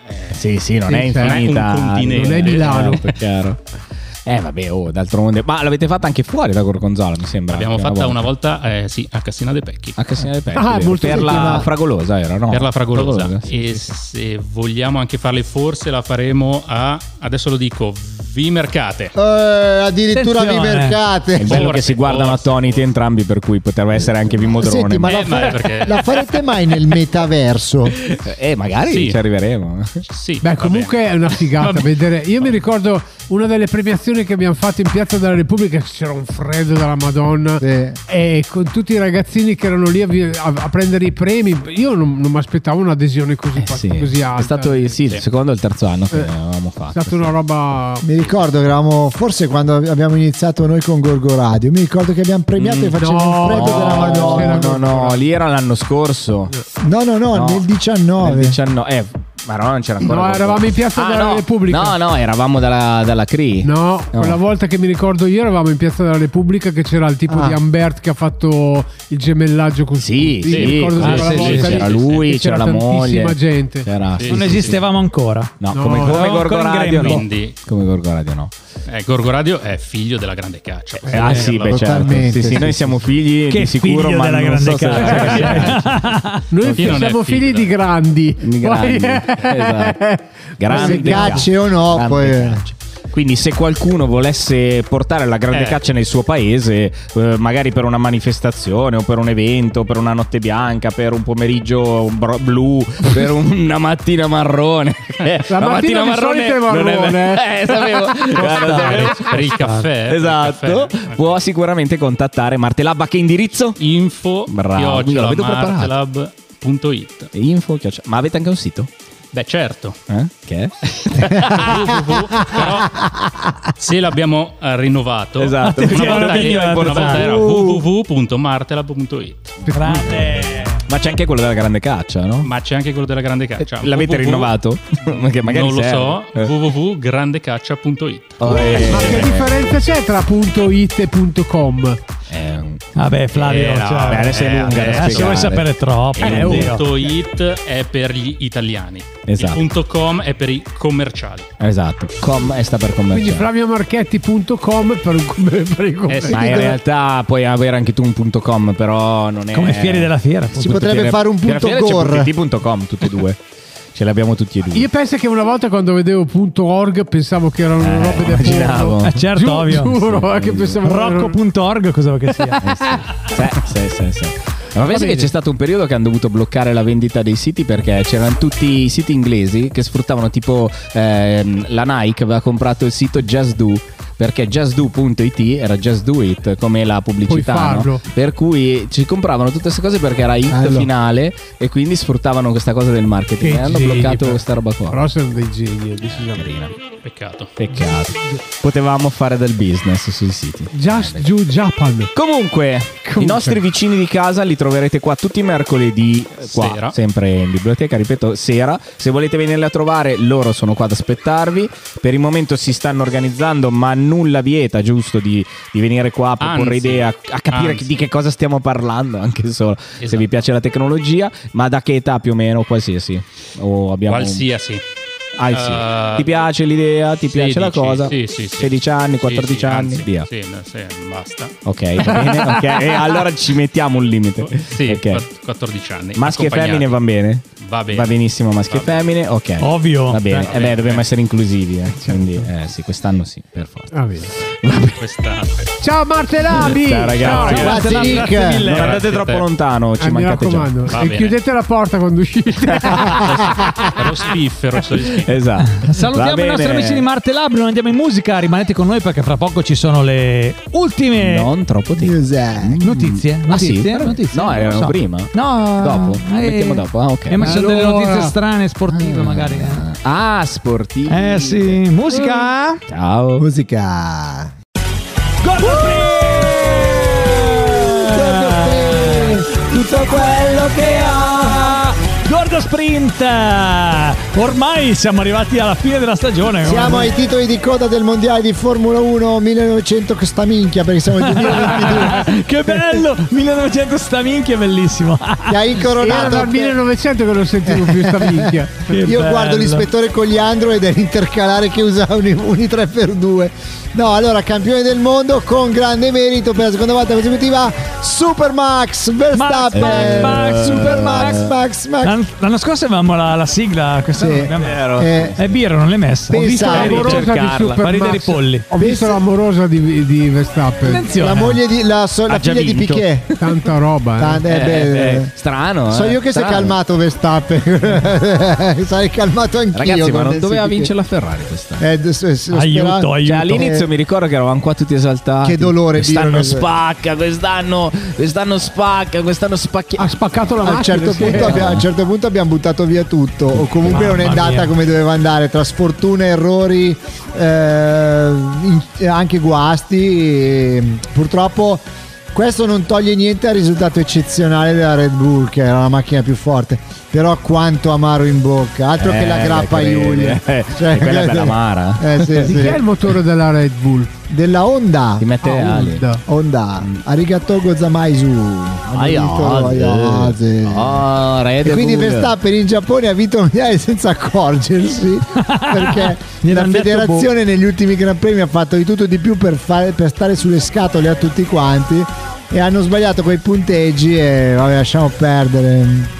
eh. Sì, sì, non
Sì,
è
sì. Non
è un
infinita.
continente.
Non è Milano.
Certo, chiaro. Eh, vabbè, oh, d'altronde. Ma l'avete fatta anche fuori da Gorgonzola, mi sembra.
L'abbiamo
anche
fatta una volta, eh, sì, a Cassina dei Pecchi.
A Cassina del Pecchi,
Ah,
vero.
molto
per
bene,
la
ma-
fragolosa era, no?
per la fragolosa.
Fragolosa, sì,
e
sì, sì.
se vogliamo anche farle, forse la faremo a adesso lo dico vi mercate.
Eh, addirittura vi mercate.
È bello che si guardano attoniti entrambi, per cui poteva essere anche Vimodrone.
Senti, ma la, fa- la farete mai nel metaverso?
Eh, magari
Sì.
ci arriveremo.
Beh, comunque è una figata vedere. Io mi ricordo una delle premiazioni che abbiamo fatto in Piazza della Repubblica, che c'era un freddo della Madonna,
Eh,
e con tutti i ragazzini che erano lì a, vi- a- a prendere i premi. Io non, non mi aspettavo un'adesione così, fa-
Eh Sì.
così
È
alta.
stato il- sì, il secondo e il terzo anno che
Eh.
avevamo
È
fatto.
stata una roba.
Mi ricordo che eravamo, forse quando abbiamo iniziato noi con Gorgo Radio, mi ricordo che abbiamo premiato e facevamo un freddo della Madonna.
no, no, lì era l'anno scorso.
No, no, no, nel 19.
Nel 19. Eh, ma no, non c'era ancora.
No,
Gorgo.
eravamo in Piazza
Ah,
della
no.
Repubblica.
No, no, eravamo dalla, dalla CRI.
No, Quella volta che mi ricordo io eravamo in Piazza della Repubblica che c'era il tipo
Ah.
di Ambert che ha fatto il gemellaggio con
sì,
sì,
Ah, sì,
quella
sì,
volta
sì,
lì
c'era lui,
che
c'era la
tantissima
moglie.
gente.
C'era- sì,
non
sì,
esistevamo ancora.
No, come, come
eravamo
Gorgo
ancora in
Radio, no.
grembo.
Quindi-
Come Gorgo Radio, no.
Eh, Gorgo Radio è figlio della grande caccia.
Eh, ah, sì, beh, certo. Sì, sì, noi siamo figli
Che
di sicuro,
figlio
ma
della
non so se
grande
Noi
Chi non è
siamo
figlio?
figli di grandi. eh,
grandi, esatto. Grande
se cacce o no,
grande
poi-
cacce. eh. Quindi se qualcuno volesse portare la grande
Eh.
caccia nel suo paese, eh, magari per una manifestazione o per un evento, per una notte bianca, per un pomeriggio bro- blu, per una mattina marrone. Eh,
La mattina di solito è
non
marrone, eh.
Eh, sapevo. Guarda, sapevo.
Per il caffè, eh, per il
Esatto. Può sicuramente contattare Martelab a che indirizzo?
Info.
Bravo, mi lo vedo preparato.
Martelab.it
Info, chiocciola- ma avete anche un sito?
Beh, certo.
Eh? Che?
Però se l'abbiamo eh, rinnovato,
Esatto.
una
Attenzione,
volta
attenzione,
era, una volta
importante.
era www.martelab.it.
Ma c'è anche quello della grande caccia, no? Eh,
Ma c'è anche quello della grande caccia.
L'avete
www.
rinnovato? Perché magari
non lo
serve.
so,
Eh.
www.grandecaccia.it.
Oh, eh.
Ma che differenza c'è tra .it e .com?
Vabbè, Flavio,
Eh, no,
cioè,
beh, adesso è lunga da
adesso
spiegare.
vuoi sapere troppo.
Eh,
Il
oddio.
punto .it è per gli italiani.
Esatto.
Il punto .com è per i commerciali.
Esatto, com è sta per
Quindi
commerciare.
flaviomarchetti.com per un per
Eh,
il
Eh,
commercio.
Ma in realtà puoi avere anche tu un punto .com, però non è...
Come Fiere della Fiera, Si appunto. potrebbe fare un punto gor.
.com, tutti e due. Ce l'abbiamo tutti e due.
Io penso che una volta quando vedevo .org pensavo che erano
Eh,
robe da
immaginavo.
porno.
Eh, certo,
Giu-
ovvio.
Giuro,
Sì,
eh, che
sì.
pensavo
Rocco.org cosa che sia.
Sì, sì, sì. Ma pensi
Eh bene.
che c'è stato un periodo che hanno dovuto bloccare la vendita dei siti perché c'erano tutti i siti inglesi che sfruttavano tipo ehm, la Nike aveva comprato il sito Just Do perché justdo.it era just do it come la pubblicità no?
farlo.
per cui ci compravano tutte queste cose perché era it
Bello.
finale e quindi sfruttavano questa cosa del marketing
Che
e hanno
geni,
bloccato
però.
questa roba qua
Però sono dei geni, eh, decisamente.
Peccato.
peccato potevamo fare del business sui siti
Just Ju Japan.
Comunque, I nostri vicini di casa li troverete qua tutti i mercoledì, eh, qua,
Sera.
sempre in biblioteca, ripeto, sera. Se volete venirli a trovare, loro sono qua ad aspettarvi. Per il momento si stanno organizzando, ma nulla vieta, giusto, di, di venire qua a proporre
Anzi,
idee, a, a capire
anzi.
di che cosa stiamo parlando, anche solo se
Esatto.
vi piace la tecnologia, ma da che età più o meno, qualsiasi. O abbiamo
Qualsiasi.
Ah, sì.
Eh,
ti piace l'idea, ti piace la
16,
cosa.
sì, sì, sì.
16 anni, 14
Sì, sì,
anni,
anzi,
via.
Sì, no, sì, basta.
Ok, va bene, ok. E allora ci mettiamo un limite.
Sì,
Ok.
quat- 14 anni.
Maschi e
accompagnati.
femmine va bene?
Va bene.
benissimo, maschi e femmine, ok.
Ovvio.
Va bene,
Eh,
eh, beh,
vabbè,
dobbiamo essere inclusivi, eh. quindi eh, sì, quest'anno sì, per forza.
Va bene.
Quest'anno.
Ciao Martelabi!
Ciao, ragazzi.
Ciao,
Grazie,
Martelabi,
Nick.
grazie mille.
Non andate troppo lontano, ci
Eh, mi
mancate già.
raccomando,
Va
e
bene.
chiudete la porta quando uscite.
Lo spiffero. so gli spifferi.
Esatto. Va
Salutiamo i
bene.
nostri amici di Marte Lab, non andiamo in musica, rimanete con noi perché fra poco ci sono le ultime
Non troppo tempo.
notizie.
Ah, sì?
notizie,
Però-
notizie,
no,
non
erano
so.
prima.
No,
Dopo?
eh,
Mettiamo dopo, ah, ok.
eh, ma ci sono delle
Allora.
notizie strane, sportive magari.
Ah, sportivi.
Eh sì, musica.
Ciao.
Musica. Certo
Tutto quello che ha. Gordo Sprint. Ormai siamo arrivati alla fine della stagione.
Siamo ai titoli di coda del mondiale di Formula 1 1900 che sta minchia perché siamo nel 2022.
che bello! 1900 sta minchia, è bellissimo.
Ti hai incoronato
Era dal
per-
1900 che non sentivo più sta minchia.
Che
Io
bello.
guardo l'ispettore Cogliandro ed è l'intercalare che usa un, un 3x2. No, allora, campione del mondo con grande merito per la seconda volta consecutiva Supermax Verstappen.
Max, Max, Max.
Supermax Max Max.
L'hanno, L'anno scorso avevamo la, la sigla, questa
Sì,
non l'abbiamo.
vero.
Eh, È birra, non l'hai messa.
Ho visto l'amorosa di
fa ridere i
Supermax.
polli.
Ho visto l'amorosa di, di Verstappen.
Attenzione.
La moglie di- la so- la Ha già figlia di vinto. Piquet.
Tanta roba. eh.
Tant- eh, beh, eh. So io che si è calmato Verstappen. Sarei calmato anch'io.
Ragazzi, ma
quando
non doveva
senti che-
vincere la Ferrari quest'anno.
Eh, d- s- s- lo spera-
Cioè, all'inizio mi ricordo che eravamo qua tutti esaltati.
Che dolore,
Quest'anno
Dio, che-
spacca, quest'anno, quest'anno spacca, quest'anno spacchia.
Ha spaccato la
a
Ah,
un, certo punto abbia- a un certo punto abbiamo buttato via tutto o comunque non è
Mamma
andata
mia.
come doveva andare tra sfortuna, errori, eh, in- eh, anche guasti. e, purtroppo questo non toglie niente al risultato eccezionale della Red Bull che era la macchina più forte, però quanto amaro in bocca, altro che la
Eh,
grappa
beh, quelli-
Iulia. Cioè,
eh, e quella è bella amara.
Eh, sì,
Di
sì.
chi è il motore della Red Bull?
Della Honda. Ti
mette
Ah, ah, ali. Honda.
Honda. Arigato gozamaisu.
ah,
Hanno vinto- Ayase.
Oh, Red
ah, E quindi
Bull.
Verstappen in Giappone ha vinto il mondiale senza accorgersi perché
Gli
la
hanno detto,
federazione negli ultimi Gran Premi ha fatto di tutto e di più per, fare- per stare sulle scatole a tutti quanti e hanno sbagliato quei punteggi e vabbè lasciamo perdere.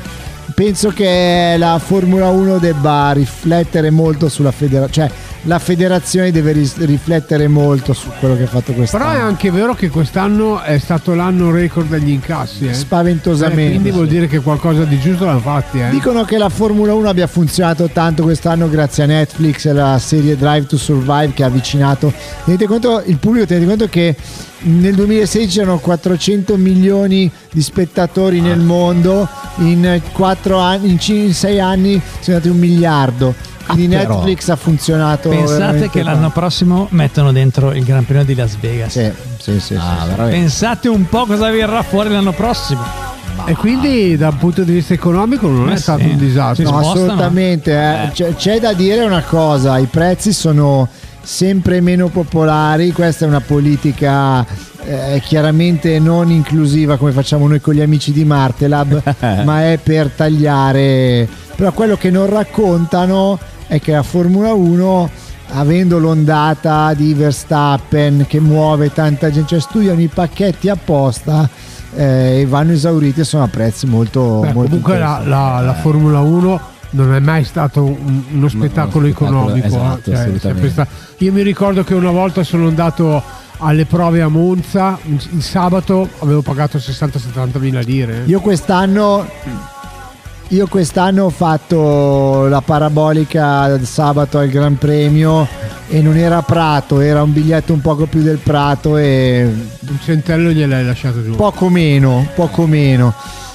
Penso che la Formula 1 debba riflettere molto sulla federazione, cioè la federazione deve ris- riflettere molto su quello che ha fatto quest'anno.
Però è anche vero che quest'anno è stato l'anno record degli incassi. eh.
Spaventosamente,
Eh, quindi vuol
sì.
dire che qualcosa di giusto l'hanno fatti. Eh.
Dicono che la Formula 1 abbia funzionato tanto quest'anno grazie a Netflix e la serie Drive to Survive che ha avvicinato. Tenete conto, il pubblico tenete conto che nel 2016 c'erano 400 milioni di spettatori nel
Ah.
mondo, in 6 anni, in cin- in sei anni sono andati un miliardo. Quindi
Ah, però.
Netflix ha funzionato.
Pensate
veramente
che l'anno
tanto.
prossimo mettono dentro il Gran Premio di Las Vegas.
Sì, sì, sì,
Ah,
sì, sì.
Pensate un po' cosa verrà fuori l'anno prossimo. Ah,
E quindi dal punto di vista economico non
Eh
è stato
sì.
un disastro.
No, assolutamente. eh. C'è, c'è da dire una cosa: i prezzi sono sempre meno popolari. Questa è una politica eh, chiaramente non inclusiva come facciamo noi con gli amici di Martelab, ma è per tagliare. Però quello che non raccontano è che la Formula 1 avendo l'ondata di Verstappen che muove tanta gente, cioè studiano i pacchetti apposta eh, e vanno esauriti e sono a prezzi molto...
Beh,
molto
comunque la,
interessanti.
la- la Formula 1 non è mai stato un- uno spettacolo
spettacolo,
economico.
esatto,
eh, cioè,
assolutamente.
sempre sta- Io mi ricordo che una volta sono andato alle prove a Monza, il il sabato avevo pagato 60-70 mila lire. eh.
Io quest'anno io quest'anno ho fatto la parabolica sabato al Gran Premio e non era Prato, era un biglietto un poco più del Prato e
Un centello gliel'hai lasciato giù.
poco meno, poco meno.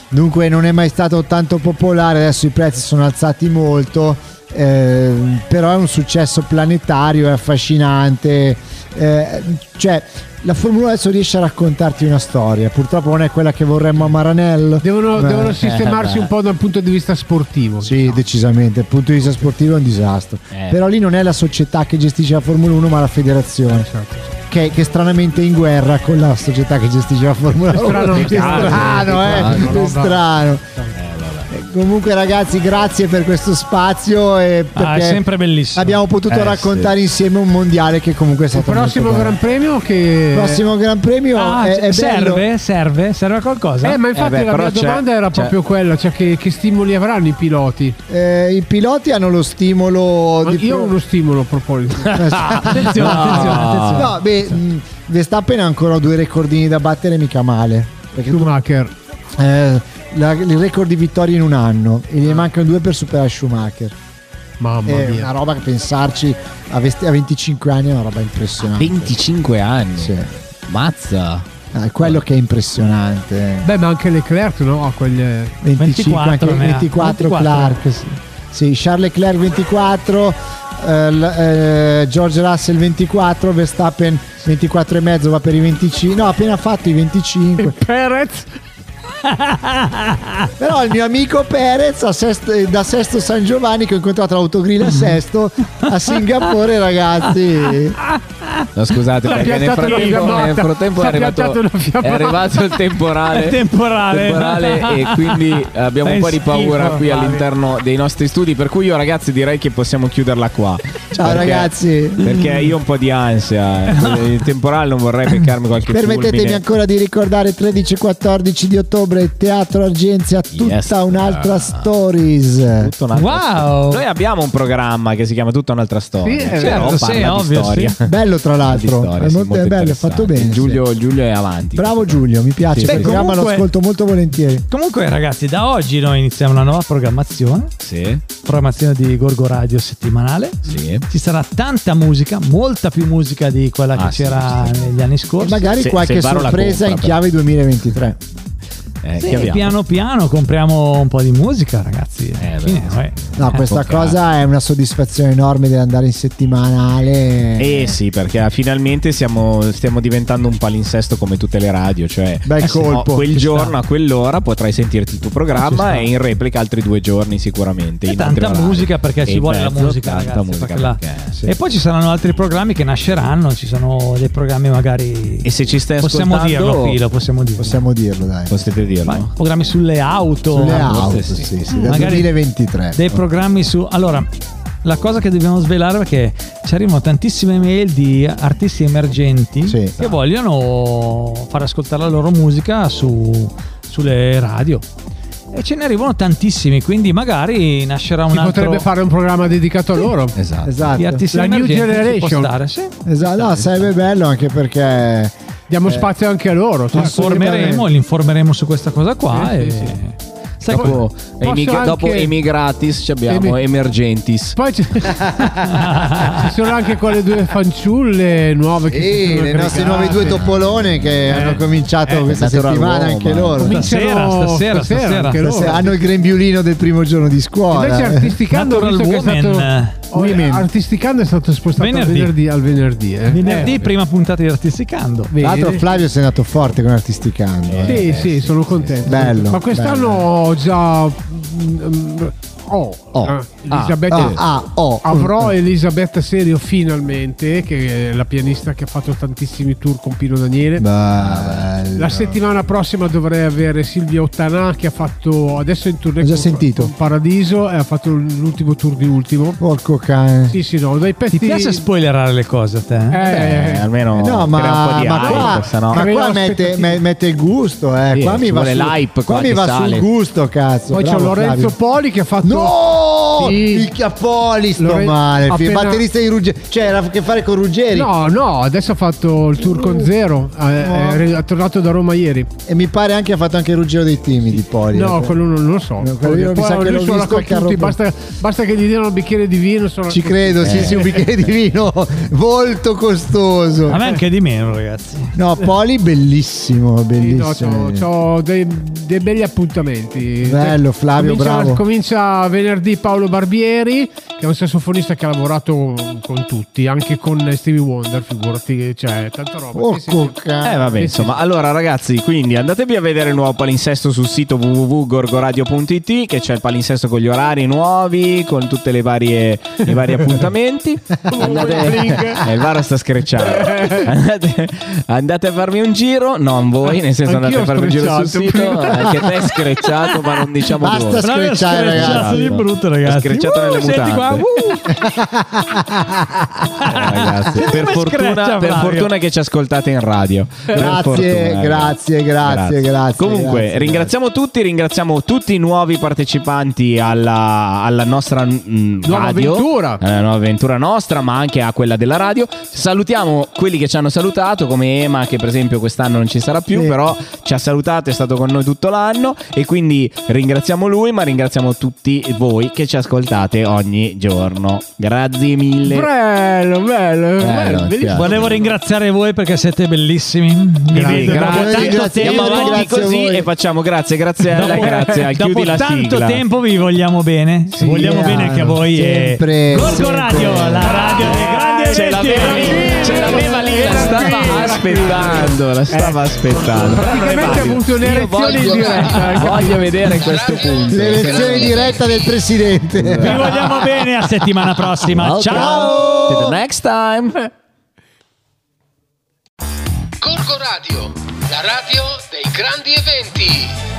Dunque non è mai stato tanto popolare, adesso i prezzi sono alzati molto, ehm, però è un successo planetario, è affascinante. eh, cioè, la Formula adesso riesce a raccontarti una storia, purtroppo non è quella che vorremmo a Maranello.
Devono,
ma-
devono sistemarsi un po' dal punto di vista sportivo.
eh, Sì, decisamente, dal punto di vista sportivo è un disastro.
Eh.
Però lì non è la società che gestisce la Formula 1, ma la
Eh,
federazione.
certo,
Che, che è stranamente in guerra con la società che gestisce la Formula 1.
Strano,
Che
strano,
strano,
strano,
eh.
roba.
Che strano. Eh, Comunque ragazzi grazie per questo spazio e
Ah, è
perché
sempre bellissimo.
abbiamo potuto
Eh,
raccontare insieme un mondiale che comunque è stato molto
Prossimo
bello.
Gran Premio che...
prossimo Gran Premio
Ah,
è, è
serve,
bello
serve, serve a qualcosa.
Eh, ma infatti
beh,
la
però
mia
c'è-
domanda era
c'è-
proprio quella, cioè che, che stimoli avranno i piloti?
Eh, i piloti hanno lo stimolo
Ma
di
io ho
pro-
uno stimolo a proposito.
Ah, Attenzione, attenzione,
Ah.
attenzione.
No, beh, mh, Verstappen ha ancora due recordini da battere, mica male. Perché tu-
Schumacher.
eh, la- il record di vittorie in un anno e ne mancano due per superare Schumacher.
Ah. Mamma
è
mia.
una roba che pensarci a, vest- a 25 anni è una roba impressionante.
Ah,
25 anni. Mazza.
Ah, è quello che è impressionante.
Beh, ma anche Leclerc, no? eh, A quelle
25 anche
24 ne ha.
24,
24.
Clark. Sì. Sì, Charles Leclerc 24, eh, l- eh, George Russell 24, Verstappen 24 e mezzo va per i 25. No, ha appena fatto i 25.
Perez.
Però il mio amico Perez a Sesto- eh, da Sesto San Giovanni che ho incontrato all'autogrill a Sesto a Singapore ragazzi
No, scusate,
L'ha
perché nel
piantato una
frattempo,
fiammata.
nel frattempo è,
L'ha
arrivato,
piantato una
è
fiammata.
arrivato il temporale.
Il temporale.
temporale, e quindi eh, abbiamo un
Fai
po' di paura
schifo,
qui
Fabio.
all'interno dei nostri studi. Per cui io, ragazzi, direi che possiamo chiuderla qua.
Ciao, ragazzi.
Perché io ho un po' di ansia. eh. Il temporale non vorrei beccarmi qualche
Permettetemi
fulmine.
ancora di ricordare 13 e 14 di ottobre Teatro Argenzia tutta un'altra stories.
Tutta un'altra storia. Noi abbiamo un programma che si chiama Tutta un'altra storia.
Sì,
Però
è vero,
parla
sì,
di
ovvio,
storia.
sì. Bello, tra
Parla di
l'altro.
storia,
È
sì,
molto- è bello, è fatto
interessante.
bene,
Giulio, Giulio è avanti.
Bravo Giulio, mi piace.
Sì,
Il
sì,
programma lo
comunque-
ascolto molto volentieri.
Comunque, ragazzi, da oggi noi iniziamo una nuova programmazione.
Sì.
Programmazione di Gorgo Radio settimanale.
Sì. eh,
Ci sarà tanta musica, molta più musica di quella che
Ah, sì,
c'era negli anni scorsi.
Magari qualche sorpresa in chiave 2023.
Sì, piano piano compriamo un po' di musica, ragazzi. Alla fine, eh.
No, questa cosa è una soddisfazione enorme dell'andare in settimanale.
Eh sì, perché finalmente siamo- stiamo diventando un palinsesto come tutte le radio, cioè
Bel
eh sì,
colpo,
quel
ci
giorno
sta.
a quell'ora potrai sentirti il tuo programma e in replica altri due giorni sicuramente. in altri
Tanta
orari.
musica perché
E
ci
in
vuole la
mezzo
musica.
Tanta
ragazzi,
musica.
perché la-
perché-
E poi ci saranno altri programmi che nasceranno. Ci sono dei programmi magari.
E se ci stai
possiamo
ascoltando,
dirlo, Filo, possiamo dirlo.
Possiamo dirlo, dai.
Potete dirlo.
Programmi sulle auto.
Sulle auto, sì,
Ah,
sì, dal
Magari
2023.
Dei programmi su. Allora, la cosa che dobbiamo svelare perché ci arrivano tantissime mail di artisti emergenti che vogliono far ascoltare la loro musica su- sulle radio. E ce ne arrivano tantissimi, quindi magari nascerà un
Si
altro
potrebbe fare un programma dedicato a loro.
Eh,
Esatto.
Esatto.
Gli artisti
La new
emergenti si può
generation.
stare, sì.
Esatto, no, sarebbe bello anche perché
Diamo
eh,
spazio anche a loro. certo.
Informeremo, li informeremo su questa cosa qua. e... Sai
Dopo,
Posso
emig-
anche-
dopo emigratis ci abbiamo
Emi-
emergentis.
Poi c'è- ci sono anche quelle due fanciulle nuove che si
Sì,
sono
le nostre
aggregate.
nuove due Topolone che hanno cominciato
eh,
questa
Natural
settimana
Woman.
anche loro.
Cominciano Stasera, stasera, stasera stasera. anche loro.
Stasera Ah, Hanno il grembiulino del primo giorno di scuola.
Invece artisticando, ho
Natural
visto che è
Woman.
stato, oh, artisticando è stato spostato
Venerdì.
al venerdì, al venerdì, eh.
Venerdì,
Eh,
prima puntata di Artisticando.
Tra l'altro Flavio sei andato forte con artisticando.
Sì,
eh.
sì, sono contento.
Bello,
Ma quest'anno ho già. mm, Ho eh, Elisabetta-
Oh. Ah, ah, oh.
Avrò Elisabetta Serio finalmente, che è la pianista che ha fatto tantissimi tour con Pino Daniele.
Bello.
La settimana prossima dovrei avere Silvia Ottanà che ha fatto adesso è in tournée con, con Paradiso e ha fatto l'ultimo tour di ultimo.
Porco cane.
Sì, sì, no, dai
Ti
pezzi.
piace spoilerare le cose a te?
Eh,
Eh, almeno
No,
crea un po'
ma,
di
ma
hype,
qua,
sennò-
ma qua mette, me- mette il gusto, eh.
Sì,
qua mi
ci
va,
vuole
su,
l'hype
qua
qua
mi
che
va
sale.
sul gusto, cazzo.
Poi c'è
Bravo,
Lorenzo
Flavio.
Poli che ha fatto
No!
Sì.
Il Chiappoli sto
Lorenzo-
male. Il
appena-
batterista di Ruggeri. Cioè, era a che fare con Ruggeri.
No, no, adesso ha fatto il tour con Zero. eh,
No.
È, è tornato da Roma ieri.
E mi pare anche ha fatto anche il Ruggero dei Timidi, Poli.
No, quello non lo so.
No, quello io mi
Poi
sa che
lui
l'ho
suona
visto
con
al carro
tutti,
po-
basta, basta che gli diano un bicchiere di vino. Eh. suona
Ci
con
credo,
tutti.
sì, sì, un bicchiere di vino molto costoso.
eh.
A me anche di meno, ragazzi.
No, Poli bellissimo, bellissimo.
No, c'ho, c'ho dei, dei belli appuntamenti.
Bello, Flavio,
comincia,
bravo.
Comincia venerdì Paolo Barbieri, che è un sassofonista che ha lavorato con tutti, anche con Stevie Wonder, figurati, cioè, tanta roba. Sì, sì, sì.
Eh vabbè, insomma, allora ragazzi, quindi andatevi a vedere il nuovo palinsesto sul sito www.gorgoradio.it che c'è il palinsesto con gli orari nuovi, con tutte le varie i vari appuntamenti. Andate, Eh, il Varo sta screcciando. Andate, andate a farvi un giro, non voi, nel senso
Anch'io
andate a farvi un giro sul
ho
sito,
screcciato.
anche te hai screcciato, ma non diciamo
Basta
dove.
screcciare,
Bravo,
ragazzi.
screcciato di brutto, ragazzi. Screcciato
Uh,
nelle mutande. Eh, ragazzi,
Come
per fortuna,
screccia,
per
Flavio.
fortuna che ci ascoltate in radio. Per
Grazie,
fortuna, eh.
grazie, grazie, grazie,
Comunque,
grazie,
ringraziamo tutti, ringraziamo tutti i nuovi partecipanti alla, alla nostra mm,
Nuova
radio,
avventura.
alla nuova avventura nostra, ma anche a quella della radio. Salutiamo quelli che ci hanno salutato, come Ema, che per esempio quest'anno non ci sarà più,
Sì.
però ci ha salutato, è stato con noi tutto l'anno. E quindi ringraziamo lui, ma ringraziamo tutti voi che ci ascoltate ogni giorno. Grazie mille. Eh,
Bello, bello, bello,
Bello,
bellissimo.
chiaro.
Volevo ringraziare voi perché siete bellissimi. Mi
Grazie,
vedo dopo
grazie,
tanto
grazie, andiamo
tempo.
avanti
Grazie a
così
voi.
e facciamo grazie, grazie a lei, grazie a
dopo
chiudi la
tanto
sigla.
tempo vi vogliamo bene. vogliamo
chiaro,
bene anche a voi.
sempre,
e... Gorgo
sempre.
Radio, la radio dei grandi
Eh, Ce l'aveva lì, ce l'aveva lì, la stava aspettando, la stava aspettando.
Eh. Praticamente ha avuto un'erezione in diretta. eh.
Voglio vedere questo punto.
L'elezione diretta del presidente.
Vi vogliamo bene a settimana prossima. Ciao.
To the next time.
Gorgo Radio, la radio dei grandi eventi.